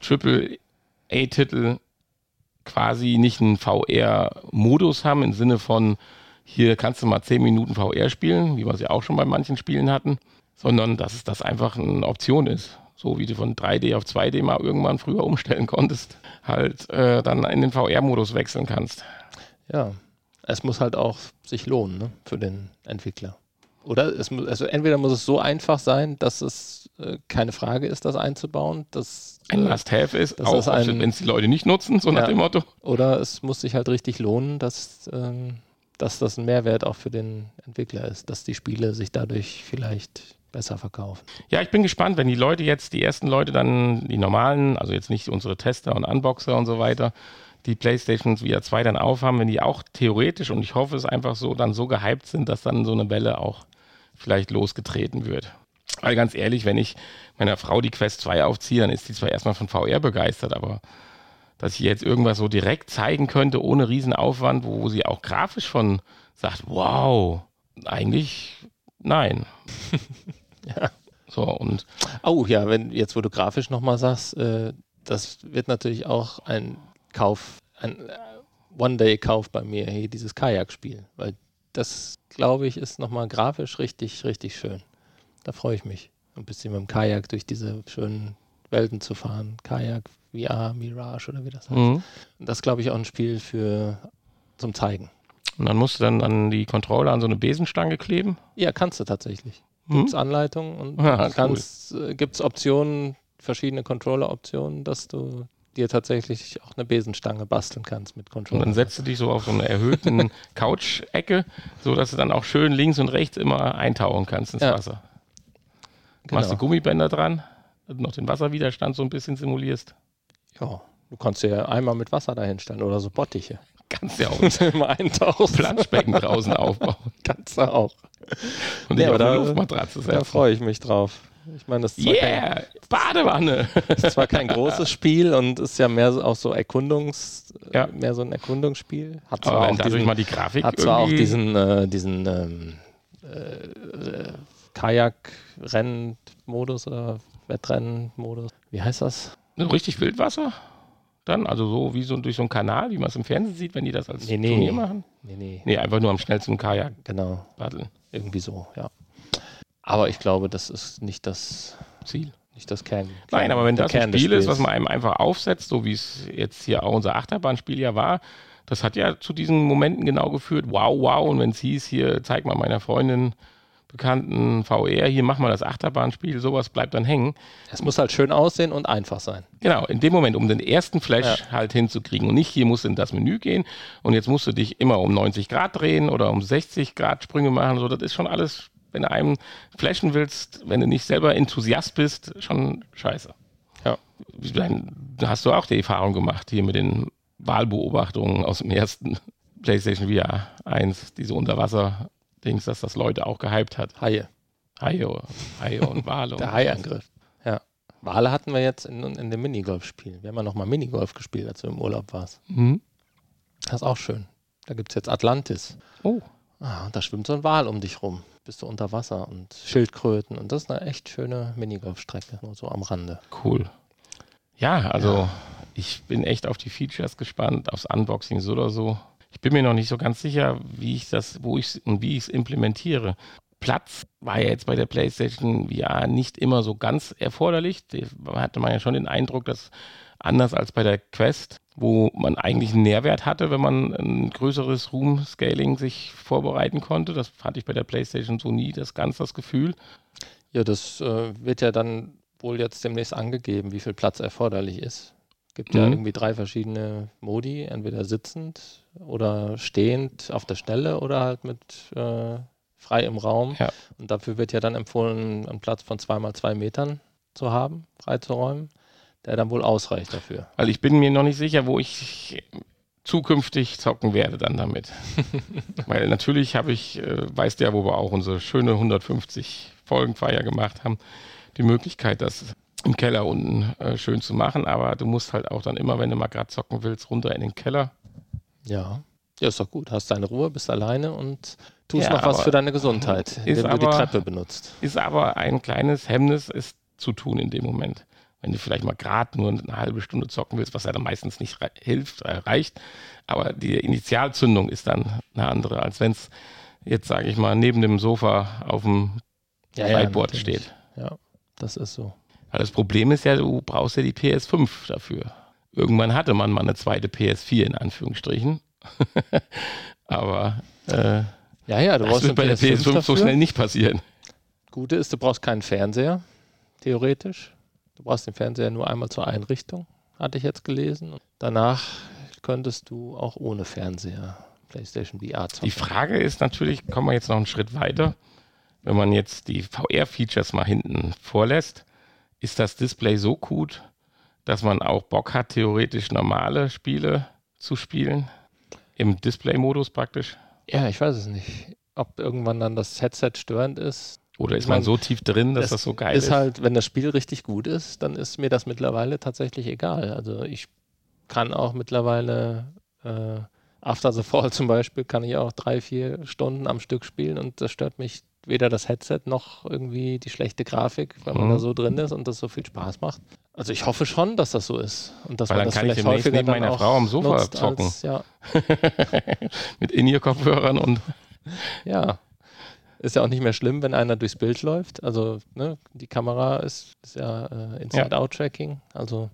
[SPEAKER 3] Triple-A-Titel quasi nicht einen VR-Modus haben, im Sinne von, hier kannst du mal 10 Minuten VR spielen, wie wir es ja auch schon bei manchen Spielen hatten, sondern dass es das einfach eine Option ist. So wie du von 3D auf 2D mal irgendwann früher umstellen konntest, halt äh, dann in den VR-Modus wechseln kannst.
[SPEAKER 2] ja. Es muss halt auch sich lohnen ne, für den Entwickler. Oder es muss, also entweder muss es so einfach sein, dass es äh, keine Frage ist, das einzubauen, dass
[SPEAKER 3] Ein
[SPEAKER 2] äh,
[SPEAKER 3] Must-Have ist,
[SPEAKER 2] das
[SPEAKER 3] auch
[SPEAKER 2] ist ein-
[SPEAKER 3] wenn es die Leute nicht nutzen, so nach
[SPEAKER 2] Ja.
[SPEAKER 3] dem Motto.
[SPEAKER 2] äh, Oder es muss sich halt richtig lohnen, dass, ähm, dass das ein Mehrwert auch für den Entwickler ist, dass die Spiele sich dadurch vielleicht besser verkaufen.
[SPEAKER 3] Ja, ich bin gespannt, wenn die Leute jetzt, die ersten Leute dann, die normalen, also jetzt nicht unsere Tester und Unboxer und so weiter, die Playstations VR 2 dann aufhaben, wenn die auch theoretisch und ich hoffe es einfach so, dann so gehypt sind, dass dann so eine Welle auch vielleicht losgetreten wird. Weil ganz ehrlich, wenn ich meiner Frau die Quest 2 aufziehe, dann ist die zwar erstmal von VR begeistert, aber dass ich jetzt irgendwas so direkt zeigen könnte, ohne riesen Aufwand, wo sie auch grafisch von sagt, wow, eigentlich nein.
[SPEAKER 2] Ja.
[SPEAKER 3] So, und
[SPEAKER 2] Oh ja, wenn jetzt, wo du grafisch nochmal sagst, äh, das wird natürlich auch ein Kauf, ein äh, One-Day-Kauf bei mir, hier dieses Kajak-Spiel. Weil das, glaube ich, ist nochmal grafisch richtig, richtig schön. Da freue ich mich. Ein bisschen mit dem Kajak durch diese schönen Welten zu fahren. Kajak, VR, Mirage oder wie das heißt.
[SPEAKER 3] Mhm.
[SPEAKER 2] Und Das ist, glaube ich auch ein Spiel für zum Zeigen.
[SPEAKER 3] Und dann musst du dann an die Controller an so eine Besenstange kleben.
[SPEAKER 2] Ja, kannst du tatsächlich.
[SPEAKER 3] Mhm.
[SPEAKER 2] Gibt es Anleitungen und
[SPEAKER 3] Ah, cool.
[SPEAKER 2] kannst, äh, gibt es Optionen, verschiedene Controller-Optionen, dass du dir tatsächlich auch eine Besenstange basteln kannst mit
[SPEAKER 3] Und
[SPEAKER 2] Controller.
[SPEAKER 3] dann setzt du dich so auf so eine erhöhten Couch-Ecke, sodass du dann auch schön links und rechts immer eintauchen kannst ins
[SPEAKER 2] Ja,
[SPEAKER 3] Wasser.
[SPEAKER 2] genau.
[SPEAKER 3] Machst du Gummibänder dran, dass du noch den Wasserwiderstand so ein bisschen simulierst.
[SPEAKER 2] ja, du kannst dir einmal mit Wasser dahinstellen oder so Bottiche.
[SPEAKER 3] Kannst ja auch ein
[SPEAKER 2] Immer eintauchen.
[SPEAKER 3] Planschbecken draußen aufbauen
[SPEAKER 2] Kannst du auch.
[SPEAKER 3] und
[SPEAKER 2] Ja,
[SPEAKER 3] dich auf
[SPEAKER 2] aber
[SPEAKER 3] eine
[SPEAKER 2] da-
[SPEAKER 3] Luftmatratze
[SPEAKER 2] Da
[SPEAKER 3] setzen.
[SPEAKER 2] freue ich mich drauf. Ich meine, das ist zwar kein-
[SPEAKER 3] Yeah, Badewanne.
[SPEAKER 2] ist zwar kein großes Spiel und ist ja mehr so, auch so Erkundungs,
[SPEAKER 3] Ja.
[SPEAKER 2] äh, mehr so ein Erkundungsspiel. Hat zwar
[SPEAKER 3] Aber wenn
[SPEAKER 2] auch
[SPEAKER 3] dadurch
[SPEAKER 2] diesen,
[SPEAKER 3] mal die Grafik
[SPEAKER 2] hat zwar auch
[SPEAKER 3] irgendwie-
[SPEAKER 2] diesen, äh, diesen ähm, äh, äh, Kajak-Rennen-Modus oder Wettrennen-Modus. Wie heißt das?
[SPEAKER 3] So Ne, richtig Wildwasser? Dann, also so wie so durch so einen Kanal, wie man es im Fernsehen sieht, wenn die das als
[SPEAKER 2] Nee, nee.
[SPEAKER 3] Turnier machen?
[SPEAKER 2] Nee, nee,
[SPEAKER 3] Nee, einfach nur am schnellsten Kajak
[SPEAKER 2] genau.
[SPEAKER 3] paddeln.
[SPEAKER 2] Irgendwie so, ja. Aber ich glaube, das ist nicht das,
[SPEAKER 3] Ziel.
[SPEAKER 2] nicht das Kern.
[SPEAKER 3] Nein, aber wenn
[SPEAKER 2] der
[SPEAKER 3] das
[SPEAKER 2] Kern
[SPEAKER 3] ein
[SPEAKER 2] des
[SPEAKER 3] Spiel ist, was
[SPEAKER 2] Spiels.
[SPEAKER 3] man einem einfach aufsetzt, so wie es jetzt hier auch unser Achterbahnspiel ja war, das hat ja zu diesen Momenten genau geführt. Wow, wow. Und wenn es hieß, hier zeig mal meiner Freundin, Bekannten, VR, hier mach mal das Achterbahnspiel, sowas bleibt dann hängen.
[SPEAKER 2] Es muss halt schön aussehen und einfach sein.
[SPEAKER 3] Genau, in dem Moment, um den ersten Flash halt hinzukriegen. Und nicht, hier musst du in das Menü gehen und jetzt musst du dich immer um 90 Grad drehen oder um 60 Grad Sprünge machen. So, das ist schon alles, wenn du einem flashen willst, wenn du nicht selber Enthusiast bist, schon scheiße.
[SPEAKER 2] Ja.
[SPEAKER 3] dann hast du auch die Erfahrung gemacht hier mit den Wahlbeobachtungen aus dem ersten PlayStation VR 1, diese Unterwasser-Dings, dass das Leute auch gehypt hat.
[SPEAKER 2] Haie.
[SPEAKER 3] Haie, Haie und Wale.
[SPEAKER 2] Der
[SPEAKER 3] und-
[SPEAKER 2] Haiangriff. Ja. Wale hatten wir jetzt in, in dem Minigolf-Spiel. Wir haben ja nochmal Minigolf gespielt, als du im Urlaub warst.
[SPEAKER 3] Mhm.
[SPEAKER 2] Das ist auch schön. Da gibt es jetzt Atlantis.
[SPEAKER 3] Oh,
[SPEAKER 2] Ah, und da schwimmt so ein Wal um dich rum. Bist du unter Wasser und Schildkröten. Und das ist eine echt schöne Minigolfstrecke, nur so am Rande.
[SPEAKER 3] cool. Ja, also ich bin echt auf die Features gespannt, aufs Unboxing so oder so. Ich bin mir noch nicht so ganz sicher, wie ich das, wo ich und wie ich es implementiere. Platz war ja jetzt bei der PlayStation VR nicht immer so ganz erforderlich. Da hatte man ja schon den Eindruck, dass anders als bei der Quest, wo man eigentlich einen Nährwert hatte, wenn man ein größeres Room-Scaling sich vorbereiten konnte. Das hatte ich bei der PlayStation so nie, das ganz das Gefühl.
[SPEAKER 2] Ja, das äh, wird ja dann wohl jetzt demnächst angegeben, wie viel Platz erforderlich ist. Gibt ja
[SPEAKER 3] Mhm.
[SPEAKER 2] irgendwie drei verschiedene Modi, entweder sitzend oder stehend auf der Stelle oder halt mit äh, frei im Raum.
[SPEAKER 3] Ja.
[SPEAKER 2] Und dafür wird ja dann empfohlen, einen Platz von zwei mal zwei Metern zu haben, freizuräumen, der dann wohl ausreicht dafür.
[SPEAKER 3] Weil Also ich bin mir noch nicht sicher, wo ich zukünftig zocken werde dann damit. Weil natürlich habe ich, äh, weißt ja, wo wir auch unsere schöne 150 Folgenfeier gemacht haben, die Möglichkeit, das im Keller unten äh, schön zu machen. Aber du musst halt auch dann immer, wenn du mal gerade zocken willst, runter in den Keller.
[SPEAKER 2] Ja. Ja, ist doch gut. Hast deine Ruhe, bist alleine und tust
[SPEAKER 3] Ja,
[SPEAKER 2] noch was
[SPEAKER 3] aber-
[SPEAKER 2] für deine Gesundheit, indem du die
[SPEAKER 3] aber-
[SPEAKER 2] Treppe benutzt.
[SPEAKER 3] Ist aber ein kleines Hemmnis, es zu tun in dem Moment. Wenn du vielleicht mal gerade nur eine halbe Stunde zocken willst, was ja dann meistens nicht rei- hilft, äh, reicht. Aber die Initialzündung ist dann eine andere, als wenn es jetzt, sage ich mal, neben dem Sofa auf dem Whiteboard
[SPEAKER 2] natürlich.
[SPEAKER 3] steht.
[SPEAKER 2] Ja, das ist so.
[SPEAKER 3] Weil das Problem ist ja, du brauchst ja die PS5 dafür. Irgendwann hatte man mal eine zweite PS4 in Anführungsstrichen. aber äh,
[SPEAKER 2] Ja, ja, du
[SPEAKER 3] das
[SPEAKER 2] brauchst
[SPEAKER 3] wird bei
[SPEAKER 2] eine
[SPEAKER 3] der PS5 so
[SPEAKER 2] dafür.
[SPEAKER 3] schnell nicht passieren.
[SPEAKER 2] Gute ist, du brauchst keinen Fernseher, theoretisch. Du brauchst den Fernseher nur einmal zur Einrichtung, hatte ich jetzt gelesen. Danach könntest du auch ohne Fernseher PlayStation VR zocken.
[SPEAKER 3] Die Frage ist natürlich, kommen wir jetzt noch einen Schritt weiter? Wenn man jetzt die VR-Features mal hinten vorlässt, ist das Display so gut, dass man auch Bock hat, theoretisch normale Spiele zu spielen? Im Display-Modus praktisch?
[SPEAKER 2] ja, ich weiß es nicht, ob irgendwann dann das Headset störend ist.
[SPEAKER 3] Oder ist
[SPEAKER 2] Ich
[SPEAKER 3] man
[SPEAKER 2] mein,
[SPEAKER 3] so tief drin, dass
[SPEAKER 2] das
[SPEAKER 3] das, so geil ist?
[SPEAKER 2] ist halt, wenn das Spiel richtig gut ist, dann ist mir das mittlerweile tatsächlich egal. Also ich kann auch mittlerweile äh, After the Fall zum Beispiel, kann ich auch drei, vier Stunden am Stück spielen und das stört mich weder das Headset noch irgendwie die schlechte Grafik, weil man
[SPEAKER 3] Mhm.
[SPEAKER 2] da so drin ist und das so viel Spaß macht. Also ich hoffe schon, dass das so ist und dass
[SPEAKER 3] Weil
[SPEAKER 2] man
[SPEAKER 3] dann
[SPEAKER 2] das
[SPEAKER 3] kann ich
[SPEAKER 2] vielleicht
[SPEAKER 3] demnächst
[SPEAKER 2] häufiger
[SPEAKER 3] neben
[SPEAKER 2] dann
[SPEAKER 3] meiner
[SPEAKER 2] auch
[SPEAKER 3] Frau am Sofa
[SPEAKER 2] nutzt
[SPEAKER 3] zocken.
[SPEAKER 2] Als, ja,
[SPEAKER 3] Mit In-Ear-Kopfhörern und
[SPEAKER 2] ja. Ist ja auch nicht mehr schlimm, wenn einer durchs Bild läuft. Also ne, die Kamera ist, ist ja äh, Inside-Out-Tracking, also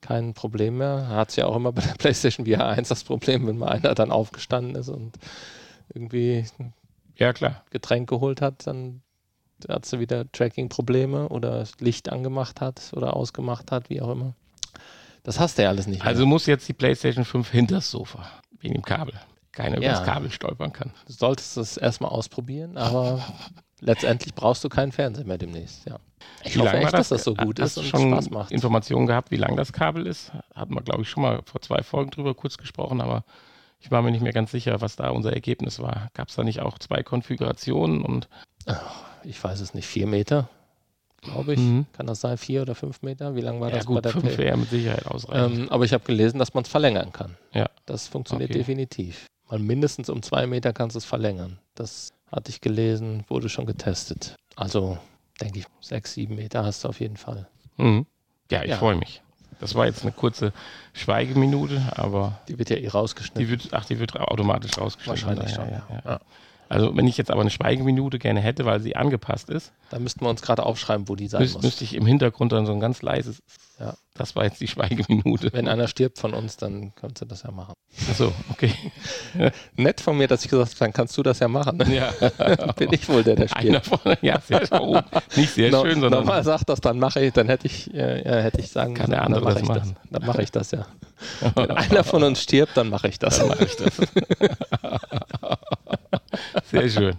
[SPEAKER 2] kein Problem mehr. Hat es ja auch immer bei der PlayStation VR 1 das Problem, wenn mal einer dann aufgestanden ist und irgendwie ein
[SPEAKER 3] ja klar.
[SPEAKER 2] Getränk geholt hat, dann hat sie wieder Tracking-Probleme oder das Licht angemacht hat oder ausgemacht hat, wie auch immer. Das hast du ja alles nicht mehr.
[SPEAKER 3] Also muss jetzt die PlayStation 5 hinter das Sofa, wegen dem Kabel. Keiner über
[SPEAKER 2] Ja.
[SPEAKER 3] das Kabel stolpern kann.
[SPEAKER 2] du solltest es erstmal ausprobieren, aber letztendlich brauchst du keinen Fernseher mehr demnächst, ja. Ich
[SPEAKER 3] Wie
[SPEAKER 2] hoffe
[SPEAKER 3] lang war Äh,
[SPEAKER 2] echt, dass das so gut
[SPEAKER 3] Hast
[SPEAKER 2] ist
[SPEAKER 3] du
[SPEAKER 2] und
[SPEAKER 3] schon
[SPEAKER 2] Spaß macht.
[SPEAKER 3] Informationen gehabt, wie lang das Kabel ist. Hatten wir, glaube ich, schon mal vor zwei Folgen drüber kurz gesprochen, aber ich war mir nicht mehr ganz sicher, was da unser Ergebnis war. Gab es da nicht auch zwei Konfigurationen und
[SPEAKER 2] Ich weiß es nicht, vier Meter, glaube ich.
[SPEAKER 3] Mhm.
[SPEAKER 2] Kann das sein? Vier oder fünf Meter? Wie lang war
[SPEAKER 3] ja,
[SPEAKER 2] das
[SPEAKER 3] gut,
[SPEAKER 2] bei der
[SPEAKER 3] fünf
[SPEAKER 2] Play?
[SPEAKER 3] wäre mit Sicherheit ausreichend.
[SPEAKER 2] Ähm, aber ich habe gelesen, dass man es verlängern kann.
[SPEAKER 3] Ja.
[SPEAKER 2] Das funktioniert
[SPEAKER 3] Okay.
[SPEAKER 2] definitiv. Mal mindestens um zwei Meter kannst du es verlängern. Das hatte ich gelesen, wurde schon getestet. Also denke ich, sechs, sieben Meter hast du auf jeden Fall.
[SPEAKER 3] Mhm. Ja, ich
[SPEAKER 2] ja.
[SPEAKER 3] freue mich. Das war jetzt eine kurze Schweigeminute, aber
[SPEAKER 2] Die wird ja eh rausgeschnitten.
[SPEAKER 3] die wird, ach, die wird automatisch rausgeschnitten.
[SPEAKER 2] Wahrscheinlich
[SPEAKER 3] ja,
[SPEAKER 2] schon,
[SPEAKER 3] ja, ja.
[SPEAKER 2] ja. Ja.
[SPEAKER 3] Also wenn ich jetzt aber eine Schweigeminute gerne hätte, weil sie angepasst ist,
[SPEAKER 2] Da müssten wir uns gerade aufschreiben, wo die sein
[SPEAKER 3] müß,
[SPEAKER 2] muss.
[SPEAKER 3] müsste ich im Hintergrund dann so ein ganz leises,
[SPEAKER 2] Ja.
[SPEAKER 3] das war jetzt die Schweigeminute.
[SPEAKER 2] Wenn einer stirbt von uns, dann kannst du das ja machen.
[SPEAKER 3] Ach so, okay.
[SPEAKER 2] Nett von mir, dass ich gesagt habe, dann kannst du das ja machen.
[SPEAKER 3] Ja.
[SPEAKER 2] Bin ich wohl der, der stirbt.
[SPEAKER 3] Einer von, ja, sehr schön. Oh, nicht sehr
[SPEAKER 2] No-
[SPEAKER 3] schön, sondern
[SPEAKER 2] normal sagt das, dann mache ich, dann hätte ich, äh, ja, hätte ich sagen müssen,
[SPEAKER 3] Kann der
[SPEAKER 2] dann
[SPEAKER 3] andere
[SPEAKER 2] mache
[SPEAKER 3] das
[SPEAKER 2] ich
[SPEAKER 3] machen.
[SPEAKER 2] Das, dann mache ich das ja. Wenn
[SPEAKER 3] Genau,
[SPEAKER 2] einer von uns stirbt, dann mache ich das.
[SPEAKER 3] mache ich das. sehr schön.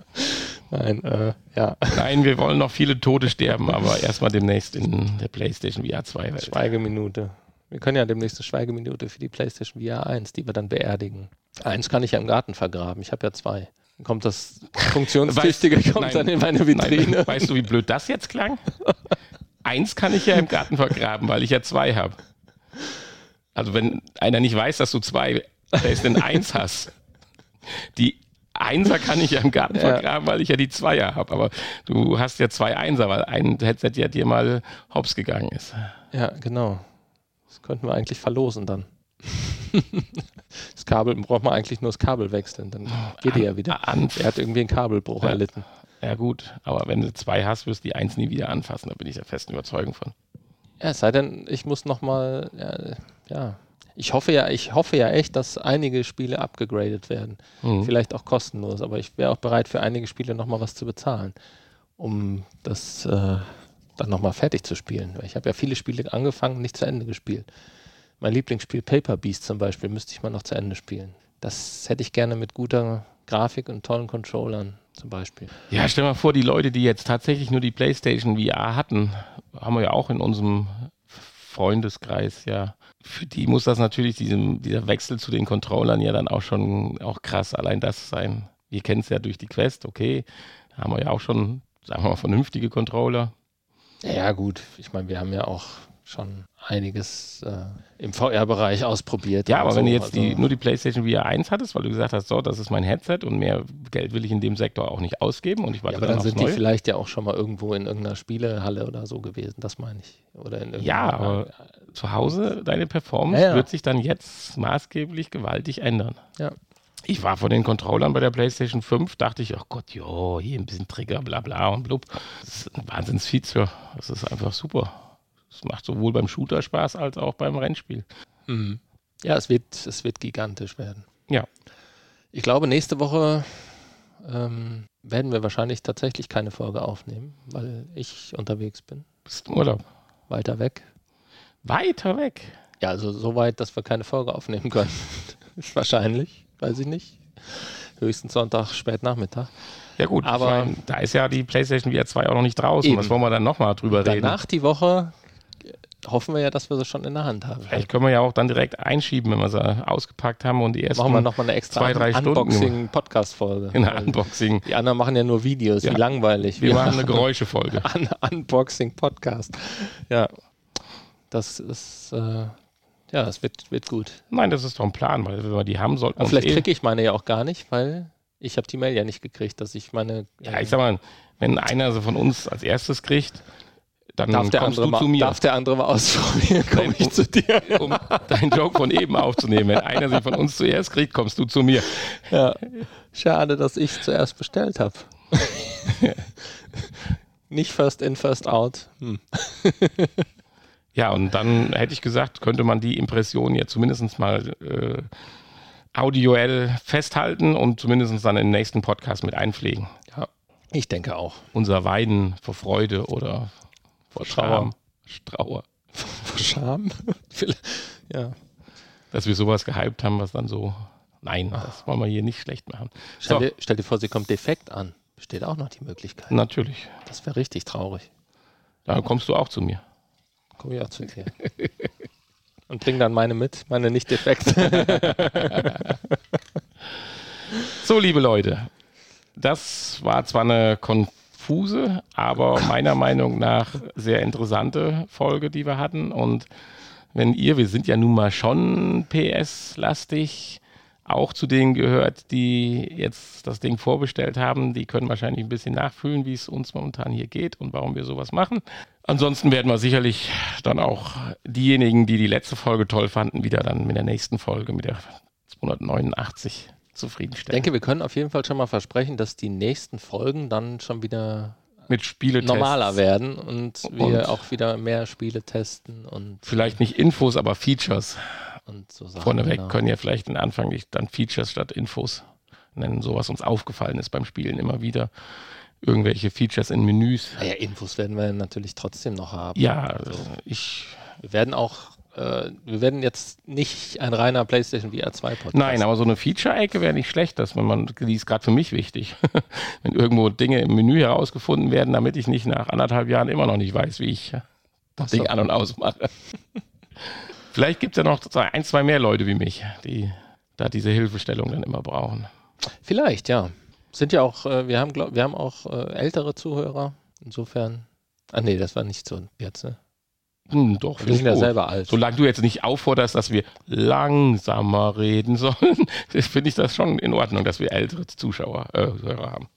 [SPEAKER 2] Nein, äh, ja.
[SPEAKER 3] Nein, wir wollen noch viele Tote sterben, aber erstmal demnächst in der PlayStation VR 2 Welt.
[SPEAKER 2] Schweigeminute. Wir können ja demnächst eine Schweigeminute für die PlayStation VR 1, die wir dann beerdigen. Eins kann ich ja im Garten vergraben. Ich habe ja zwei. Dann kommt das Funktionstüchtige,
[SPEAKER 3] Weißt-
[SPEAKER 2] kommt
[SPEAKER 3] nein,
[SPEAKER 2] dann in meine Vitrine.
[SPEAKER 3] Nein, äh, weißt du, wie blöd das jetzt klang? Eins kann ich ja im Garten vergraben, weil ich ja zwei habe. Also wenn einer nicht weiß, dass du zwei PlayStation 1 hast, die Einser kann ich ja im Garten
[SPEAKER 2] Ja.
[SPEAKER 3] vergraben, weil ich ja die Zweier habe. Aber du hast ja zwei Einser, weil ein Headset ja dir mal hops gegangen ist.
[SPEAKER 2] Ja, genau. Das könnten wir eigentlich verlosen dann. das Kabel, braucht man eigentlich nur das Kabel wechseln, dann geht die ja wieder.
[SPEAKER 3] An,
[SPEAKER 2] Er hat irgendwie einen Kabelbruch
[SPEAKER 3] ah. Ja.
[SPEAKER 2] erlitten.
[SPEAKER 3] ja gut, aber wenn du zwei hast, wirst du die Eins nie wieder anfassen. Da bin ich der festen Überzeugung von.
[SPEAKER 2] Ja, es sei denn, ich muss nochmal, ja, ja. Ich hoffe ja, ich hoffe ja echt, dass einige Spiele abgegradet werden.
[SPEAKER 3] Mhm.
[SPEAKER 2] Vielleicht auch kostenlos, aber ich wäre auch bereit, für einige Spiele nochmal was zu bezahlen, um das äh, dann nochmal fertig zu spielen. Weil ich habe ja viele Spiele angefangen, nicht zu Ende gespielt. Mein Lieblingsspiel Paper Beast zum Beispiel müsste ich mal noch zu Ende spielen. Das hätte ich gerne mit guter Grafik und tollen Controllern zum Beispiel.
[SPEAKER 3] Ja, stell mal vor, die Leute, die jetzt tatsächlich nur die PlayStation VR hatten, haben wir ja auch in unserem Freundeskreis, ja. Für die muss das natürlich, diesem, dieser Wechsel zu den Controllern ja dann auch schon auch krass allein das sein. Wir kennen es ja durch die Quest, okay. Da haben wir ja auch schon, sagen wir mal, vernünftige Controller.
[SPEAKER 2] Ja gut, ich meine, wir haben ja auch schon einiges äh, im VR-Bereich ausprobiert.
[SPEAKER 3] Ja, aber
[SPEAKER 2] und
[SPEAKER 3] wenn
[SPEAKER 2] so,
[SPEAKER 3] du jetzt die,
[SPEAKER 2] also-
[SPEAKER 3] nur die PlayStation VR 1 hattest, weil du gesagt hast, so, das ist mein Headset und mehr Geld will ich in dem Sektor auch nicht ausgeben und ich
[SPEAKER 2] Ja,
[SPEAKER 3] warte
[SPEAKER 2] aber
[SPEAKER 3] dann,
[SPEAKER 2] dann
[SPEAKER 3] aufs
[SPEAKER 2] sind die
[SPEAKER 3] Neue.
[SPEAKER 2] vielleicht ja auch schon mal irgendwo in irgendeiner Spielehalle oder so gewesen, das meine ich. Oder in
[SPEAKER 3] Ja,
[SPEAKER 2] irgendeiner-
[SPEAKER 3] aber zu Hause, deine Performance
[SPEAKER 2] Ja, ja.
[SPEAKER 3] wird sich dann jetzt maßgeblich gewaltig ändern.
[SPEAKER 2] Ja.
[SPEAKER 3] Ich war von den Controllern bei der PlayStation 5, dachte ich, oh Gott, jo, hier ein bisschen Trigger, bla bla und blub. Das ist ein Wahnsinns-Feature. Das ist einfach super. Das macht sowohl beim Shooter Spaß als auch beim Rennspiel.
[SPEAKER 2] Mhm. ja es, wird, es wird gigantisch werden.
[SPEAKER 3] Ja.
[SPEAKER 2] Ich glaube, nächste Woche ähm, werden wir wahrscheinlich tatsächlich keine Folge aufnehmen, weil ich unterwegs bin,
[SPEAKER 3] Bist im Urlaub.
[SPEAKER 2] weiter weg.
[SPEAKER 3] Weiter weg.
[SPEAKER 2] Ja, also so weit, dass wir keine Folge aufnehmen können. Ist wahrscheinlich, weiß ich nicht. Höchstens Sonntag, Spätnachmittag.
[SPEAKER 3] Ja gut, ich
[SPEAKER 2] Aber-
[SPEAKER 3] mein, da ist ja die PlayStation VR 2 auch noch nicht draußen.
[SPEAKER 2] Eben.
[SPEAKER 3] Was wollen wir dann nochmal drüber reden?
[SPEAKER 2] Danach die Woche äh, hoffen wir ja, dass wir sie schon in der Hand haben.
[SPEAKER 3] Vielleicht können wir ja auch dann direkt einschieben, wenn wir sie ausgepackt haben und die ersten
[SPEAKER 2] machen wir nochmal eine extra
[SPEAKER 3] zwei, drei Stunden.
[SPEAKER 2] Unboxing-Podcast-Folge.
[SPEAKER 3] in der Unboxing.
[SPEAKER 2] Die anderen machen ja nur Videos,
[SPEAKER 3] Ja.
[SPEAKER 2] wie langweilig.
[SPEAKER 3] Wir machen eine Geräuschefolge.
[SPEAKER 2] Un Unboxing-Podcast. Ja, das ist, äh, ja, das wird, wird gut.
[SPEAKER 3] Nein, das ist doch ein Plan, weil wenn wir die haben, sollten wir
[SPEAKER 2] Aber
[SPEAKER 3] uns
[SPEAKER 2] vielleicht
[SPEAKER 3] eh-
[SPEAKER 2] kriege ich meine ja auch gar nicht, weil ich habe die Mail ja nicht gekriegt, dass ich meine...
[SPEAKER 3] Ja, ich sag mal, wenn einer so von uns als erstes kriegt, dann
[SPEAKER 2] darf, der
[SPEAKER 3] Hm. kommst
[SPEAKER 2] andere
[SPEAKER 3] du
[SPEAKER 2] mal,
[SPEAKER 3] zu mir,
[SPEAKER 2] darf der andere mal ausprobieren, komme ich zu dir.
[SPEAKER 3] um deinen Joke von eben aufzunehmen. Wenn einer sie von uns zuerst kriegt, kommst du zu mir.
[SPEAKER 2] Ja. Schade, dass ich zuerst bestellt habe. nicht first in, first out. Hm.
[SPEAKER 3] Ja, und dann hätte ich gesagt, könnte man die Impression ja zumindest mal äh, audioell festhalten und zumindest dann im nächsten Podcast mit einpflegen.
[SPEAKER 2] Ich denke auch.
[SPEAKER 3] Unser Weinen vor Freude oder vor Scham.
[SPEAKER 2] Trauer.
[SPEAKER 3] Strauer.
[SPEAKER 2] Vor Scham? Vielleicht- ja.
[SPEAKER 3] Dass wir sowas gehypt haben, was dann so. Nein, das wollen wir hier nicht schlecht machen.
[SPEAKER 2] Ah. Stell,
[SPEAKER 3] So,
[SPEAKER 2] dir, stell dir vor, sie kommt defekt an. Besteht auch noch die Möglichkeit.
[SPEAKER 3] natürlich.
[SPEAKER 2] Das wäre richtig traurig.
[SPEAKER 3] Da kommst du auch zu mir.
[SPEAKER 2] Komm ich auch zu dir. Und bring dann meine mit, meine nicht defekt.
[SPEAKER 3] So, liebe Leute, das war zwar eine konfuse, aber meiner Meinung nach sehr interessante Folge, die wir hatten. Und wenn ihr, wir sind ja nun mal schon PS-lastig, auch zu denen gehört, die jetzt das Ding vorbestellt haben, die können wahrscheinlich ein bisschen nachfühlen, wie es uns momentan hier geht und warum wir sowas machen. Ansonsten werden wir sicherlich dann auch diejenigen, die die letzte Folge toll fanden, wieder dann mit der nächsten Folge, mit der 289
[SPEAKER 2] Ich
[SPEAKER 3] zufriedenstellen.
[SPEAKER 2] denke, wir können auf jeden Fall schon mal versprechen, dass die nächsten Folgen dann schon wieder
[SPEAKER 3] mit Spieletests.
[SPEAKER 2] normaler werden und wir
[SPEAKER 3] Und-
[SPEAKER 2] auch wieder mehr Spiele testen und,
[SPEAKER 3] Vielleicht nicht Infos, aber Features.
[SPEAKER 2] und so Sachen.
[SPEAKER 3] Vorneweg
[SPEAKER 2] genau.
[SPEAKER 3] können ja vielleicht den Anfang nicht dann Features statt Infos nennen, so was uns aufgefallen ist beim Spielen immer wieder. Irgendwelche Features in Menüs.
[SPEAKER 2] Ah Naja, Infos werden wir natürlich trotzdem noch haben.
[SPEAKER 3] Ja, ich
[SPEAKER 2] Wir werden auch äh, wir werden jetzt nicht ein reiner PlayStation VR 2 Podcast.
[SPEAKER 3] Nein, aber so eine Feature-Ecke wäre nicht schlecht, dass wenn man, die ist gerade für mich wichtig, wenn irgendwo Dinge im Menü herausgefunden werden, damit ich nicht nach anderthalb Jahren immer noch nicht weiß, wie ich das
[SPEAKER 2] so.
[SPEAKER 3] Ding an- und ausmache. Vielleicht gibt es ja noch so ein, zwei mehr Leute wie mich, die da diese Hilfestellung dann immer brauchen.
[SPEAKER 2] Vielleicht, ja. Sind ja auch, äh, wir haben, glaub, wir haben auch äh, ältere Zuhörer. Insofern. Ah, nee, das war nicht so jetzt, ne?
[SPEAKER 3] Hm, doch,
[SPEAKER 2] Wir
[SPEAKER 3] finde ich
[SPEAKER 2] sind ja
[SPEAKER 3] gut.
[SPEAKER 2] selber alt.
[SPEAKER 3] Solange du jetzt nicht aufforderst, dass wir langsamer reden sollen, finde ich das schon in Ordnung, dass wir ältere Zuschauer äh, Hörer haben.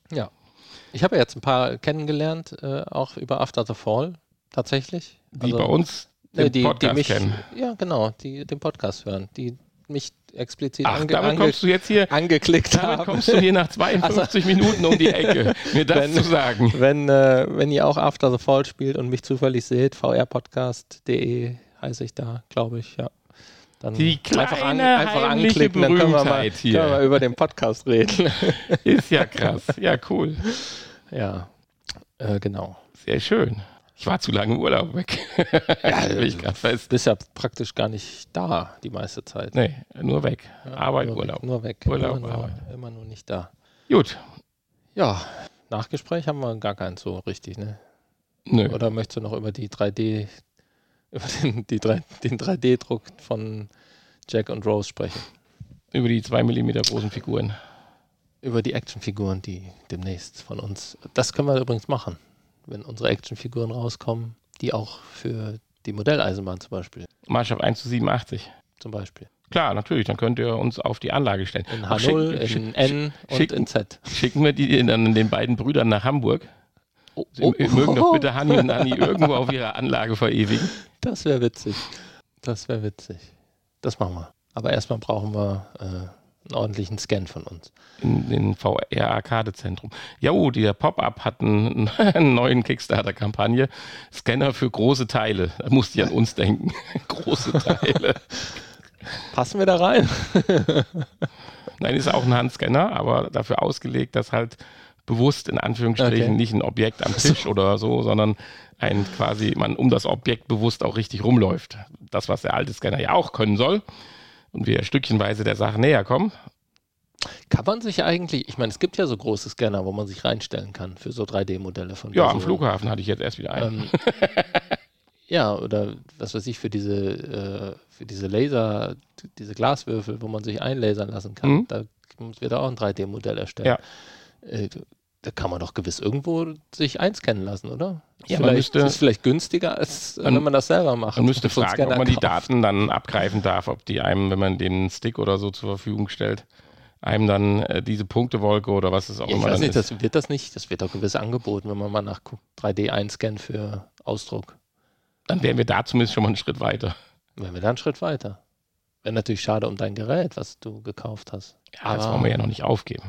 [SPEAKER 2] Ich habe ja jetzt ein paar kennengelernt, äh, auch über After the Fall, tatsächlich.
[SPEAKER 3] Die bei uns den
[SPEAKER 2] äh, die,
[SPEAKER 3] Podcast
[SPEAKER 2] die mich,
[SPEAKER 3] kennen.
[SPEAKER 2] Ja, genau, die den Podcast hören, die mich explizit
[SPEAKER 3] Ach,
[SPEAKER 2] ange
[SPEAKER 3] damit
[SPEAKER 2] ange
[SPEAKER 3] kommst du jetzt hier,
[SPEAKER 2] angeklickt
[SPEAKER 3] damit
[SPEAKER 2] haben.
[SPEAKER 3] kommst du hier nach 52 Minuten um die Ecke, mir das
[SPEAKER 2] Wenn-
[SPEAKER 3] zu sagen.
[SPEAKER 2] Wenn, äh, wenn ihr auch After the Fall spielt und mich zufällig seht, vrpodcast.de heiße ich da, glaube ich, ja. Dann
[SPEAKER 3] Die
[SPEAKER 2] einfach, an,
[SPEAKER 3] kleine
[SPEAKER 2] einfach
[SPEAKER 3] heimliche
[SPEAKER 2] anklicken, dann können wir, mal,
[SPEAKER 3] Berühmtheit hier.
[SPEAKER 2] können wir mal über den Podcast reden.
[SPEAKER 3] Ist ja krass. Ja, cool.
[SPEAKER 2] ja, äh, genau.
[SPEAKER 3] Sehr schön. Ich war zu lange im Urlaub weg.
[SPEAKER 2] Ja,
[SPEAKER 3] Will ich grad fest.
[SPEAKER 2] Bist ja praktisch gar nicht da die meiste Zeit.
[SPEAKER 3] Nee, nur weg. Arbeit,
[SPEAKER 2] nur
[SPEAKER 3] Urlaub.
[SPEAKER 2] Weg, nur weg.
[SPEAKER 3] Urlaub,
[SPEAKER 2] immer, nur,
[SPEAKER 3] Arbeit.
[SPEAKER 2] immer nur nicht da.
[SPEAKER 3] Gut.
[SPEAKER 2] Ja, Nachgespräch haben wir gar keins so richtig, ne?
[SPEAKER 3] Nö.
[SPEAKER 2] Oder möchtest du noch über die 3D, über den, die 3, den 3D-Druck von Jack und Rose sprechen?
[SPEAKER 3] Über die 2 mm großen Figuren.
[SPEAKER 2] Über die Actionfiguren, die demnächst von uns. Das können wir übrigens machen, wenn unsere Actionfiguren rauskommen, die auch für die Modelleisenbahn zum Beispiel.
[SPEAKER 3] Maßstab 1 zu 87.
[SPEAKER 2] Zum Beispiel.
[SPEAKER 3] Klar, natürlich. Dann könnt ihr uns auf die Anlage stellen.
[SPEAKER 2] In
[SPEAKER 3] Ach,
[SPEAKER 2] H0,
[SPEAKER 3] schick-
[SPEAKER 2] in
[SPEAKER 3] schick-
[SPEAKER 2] N und
[SPEAKER 3] schick-
[SPEAKER 2] in Z.
[SPEAKER 3] Schicken wir die dann den beiden Brüdern nach Hamburg.
[SPEAKER 2] Oh,
[SPEAKER 3] Sie mögen doch bitte Hanni und Nanni irgendwo auf ihrer Anlage verewigen.
[SPEAKER 2] Das wäre witzig. Das wäre witzig. Das machen wir. Aber erstmal brauchen wir äh, einen ordentlichen Scan von uns.
[SPEAKER 3] in den VR-Arcade-Zentrum. Ja, oh, der Pop-Up hat einen, einen neuen Kickstarter-Kampagne. Scanner für große Teile. Da musste ich an uns denken. große Teile.
[SPEAKER 2] Passen wir da rein?
[SPEAKER 3] Nein, ist auch ein Handscanner, aber dafür ausgelegt, dass halt bewusst in Anführungsstrichen
[SPEAKER 2] Okay.
[SPEAKER 3] nicht ein Objekt am Tisch oder so, sondern ein quasi, man um das Objekt bewusst auch richtig rumläuft. Das, was der alte Scanner ja auch können soll. Und wir stückchenweise der Sache näher kommen.
[SPEAKER 2] Kann man sich eigentlich, ich meine, es gibt ja so große Scanner, wo man sich reinstellen kann für so 3D-Modelle von
[SPEAKER 3] Ja, am
[SPEAKER 2] Personen.
[SPEAKER 3] Flughafen hatte ich jetzt erst wieder
[SPEAKER 2] Ähm,
[SPEAKER 3] einen.
[SPEAKER 2] ja, oder was weiß ich, für diese, äh, für diese Laser, diese Glaswürfel, wo man sich einlasern lassen kann,
[SPEAKER 3] Mhm.
[SPEAKER 2] da muss wird auch ein 3D-Modell erstellen. Äh, da kann man doch gewiss irgendwo sich einscannen lassen, oder?
[SPEAKER 3] Ja, man
[SPEAKER 2] vielleicht,
[SPEAKER 3] müsste-
[SPEAKER 2] ist vielleicht günstiger, als äh,
[SPEAKER 3] Man-
[SPEAKER 2] wenn man das selber macht.
[SPEAKER 3] Man müsste
[SPEAKER 2] und so einen
[SPEAKER 3] fragen, ob
[SPEAKER 2] Scanner
[SPEAKER 3] man die
[SPEAKER 2] kauft.
[SPEAKER 3] Daten dann abgreifen darf, ob die einem, wenn man den Stick oder so zur Verfügung stellt, einem dann äh, diese Punktewolke oder was es auch
[SPEAKER 2] Ja, ich
[SPEAKER 3] immer
[SPEAKER 2] weiß
[SPEAKER 3] dann
[SPEAKER 2] nicht,
[SPEAKER 3] ist.
[SPEAKER 2] das wird das nicht, das wird doch gewiss angeboten, wenn man mal nachguckt. 3D einscannen für Ausdruck.
[SPEAKER 3] Dann wären wir da zumindest schon mal einen Schritt weiter.
[SPEAKER 2] Wären wir da einen Schritt weiter. Wäre natürlich schade um dein Gerät, was du gekauft hast.
[SPEAKER 3] Ja, das wollen wir ja noch nicht aufgeben.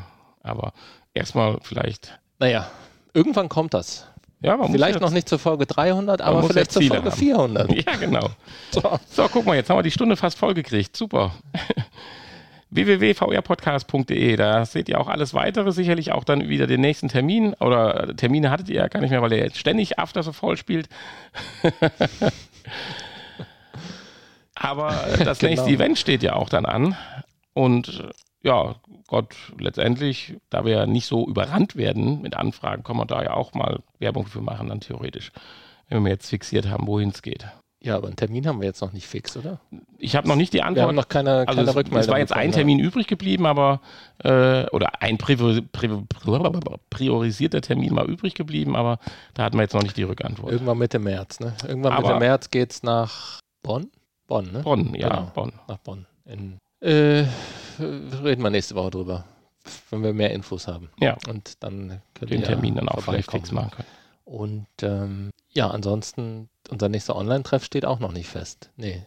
[SPEAKER 3] Aber erstmal vielleicht.
[SPEAKER 2] Naja, irgendwann kommt das.
[SPEAKER 3] Ja, man
[SPEAKER 2] vielleicht noch
[SPEAKER 3] muss
[SPEAKER 2] nicht zur Folge 300, aber
[SPEAKER 3] muss
[SPEAKER 2] vielleicht
[SPEAKER 3] ja
[SPEAKER 2] zur
[SPEAKER 3] Ziele
[SPEAKER 2] Folge
[SPEAKER 3] haben.
[SPEAKER 2] 400.
[SPEAKER 3] nicht. Ja, genau.
[SPEAKER 2] So.
[SPEAKER 3] So, guck mal, jetzt haben wir die Stunde fast voll gekriegt. Super. www.vrpodcast.de, E, da seht ihr auch alles weitere, sicherlich auch dann wieder den nächsten Termin oder äh, Termine hattet ihr ja gar nicht mehr, weil ihr jetzt ständig After so voll spielt. Aber äh, das
[SPEAKER 2] Genau.
[SPEAKER 3] nächste Event steht ja auch dann an und äh, ja, Gott, letztendlich, da wir ja nicht so überrannt werden mit Anfragen, kann man da ja auch mal Werbung für machen dann theoretisch, wenn wir jetzt fixiert haben, wohin es geht.
[SPEAKER 2] Ja, aber einen Termin haben wir jetzt noch nicht fix, oder?
[SPEAKER 3] Ich habe noch nicht die
[SPEAKER 2] Wir
[SPEAKER 3] Antwort.
[SPEAKER 2] haben noch keine,
[SPEAKER 3] Also
[SPEAKER 2] keine
[SPEAKER 3] es,
[SPEAKER 2] Rückmeldung.
[SPEAKER 3] es war jetzt ein
[SPEAKER 2] bekommen,
[SPEAKER 3] Termin übrig geblieben, aber äh, oder ein priori- priori- priorisierter Termin war übrig geblieben, aber da hatten wir jetzt noch nicht die
[SPEAKER 2] ja.
[SPEAKER 3] Rückantwort.
[SPEAKER 2] Irgendwann Mitte März, ne? Irgendwann Mitte
[SPEAKER 3] Aber-
[SPEAKER 2] März geht's nach Bonn? Bonn, ne?
[SPEAKER 3] Bonn, ja,
[SPEAKER 2] Genau.
[SPEAKER 3] Bonn.
[SPEAKER 2] Nach Bonn. In, äh, reden wir nächste Woche drüber, wenn wir mehr Infos haben.
[SPEAKER 3] Ja.
[SPEAKER 2] Und dann können
[SPEAKER 3] Den
[SPEAKER 2] wir
[SPEAKER 3] Termin dann auch vielleicht
[SPEAKER 2] vorbeikommen.
[SPEAKER 3] fix machen können.
[SPEAKER 2] Und ähm, ja, ansonsten, unser nächster Online-Treff steht auch noch nicht fest. Nee,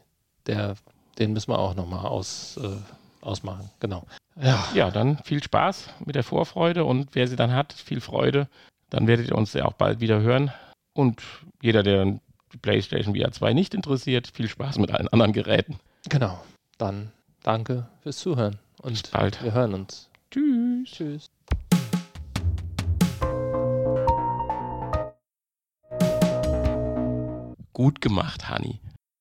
[SPEAKER 2] der, den müssen wir auch nochmal aus, äh, ausmachen. Genau. Ja,
[SPEAKER 3] Ja, dann viel Spaß mit der Vorfreude und wer sie dann hat, viel Freude. Dann werdet ihr uns ja auch bald wieder hören. Und jeder, der die PlayStation VR 2 nicht interessiert, viel Spaß mit allen anderen Geräten.
[SPEAKER 2] genau. Dann danke fürs Zuhören
[SPEAKER 3] Bis
[SPEAKER 2] und
[SPEAKER 3] bald.
[SPEAKER 2] wir hören uns.
[SPEAKER 3] Tschüss.
[SPEAKER 2] Tschüss.
[SPEAKER 3] Gut gemacht, Hani.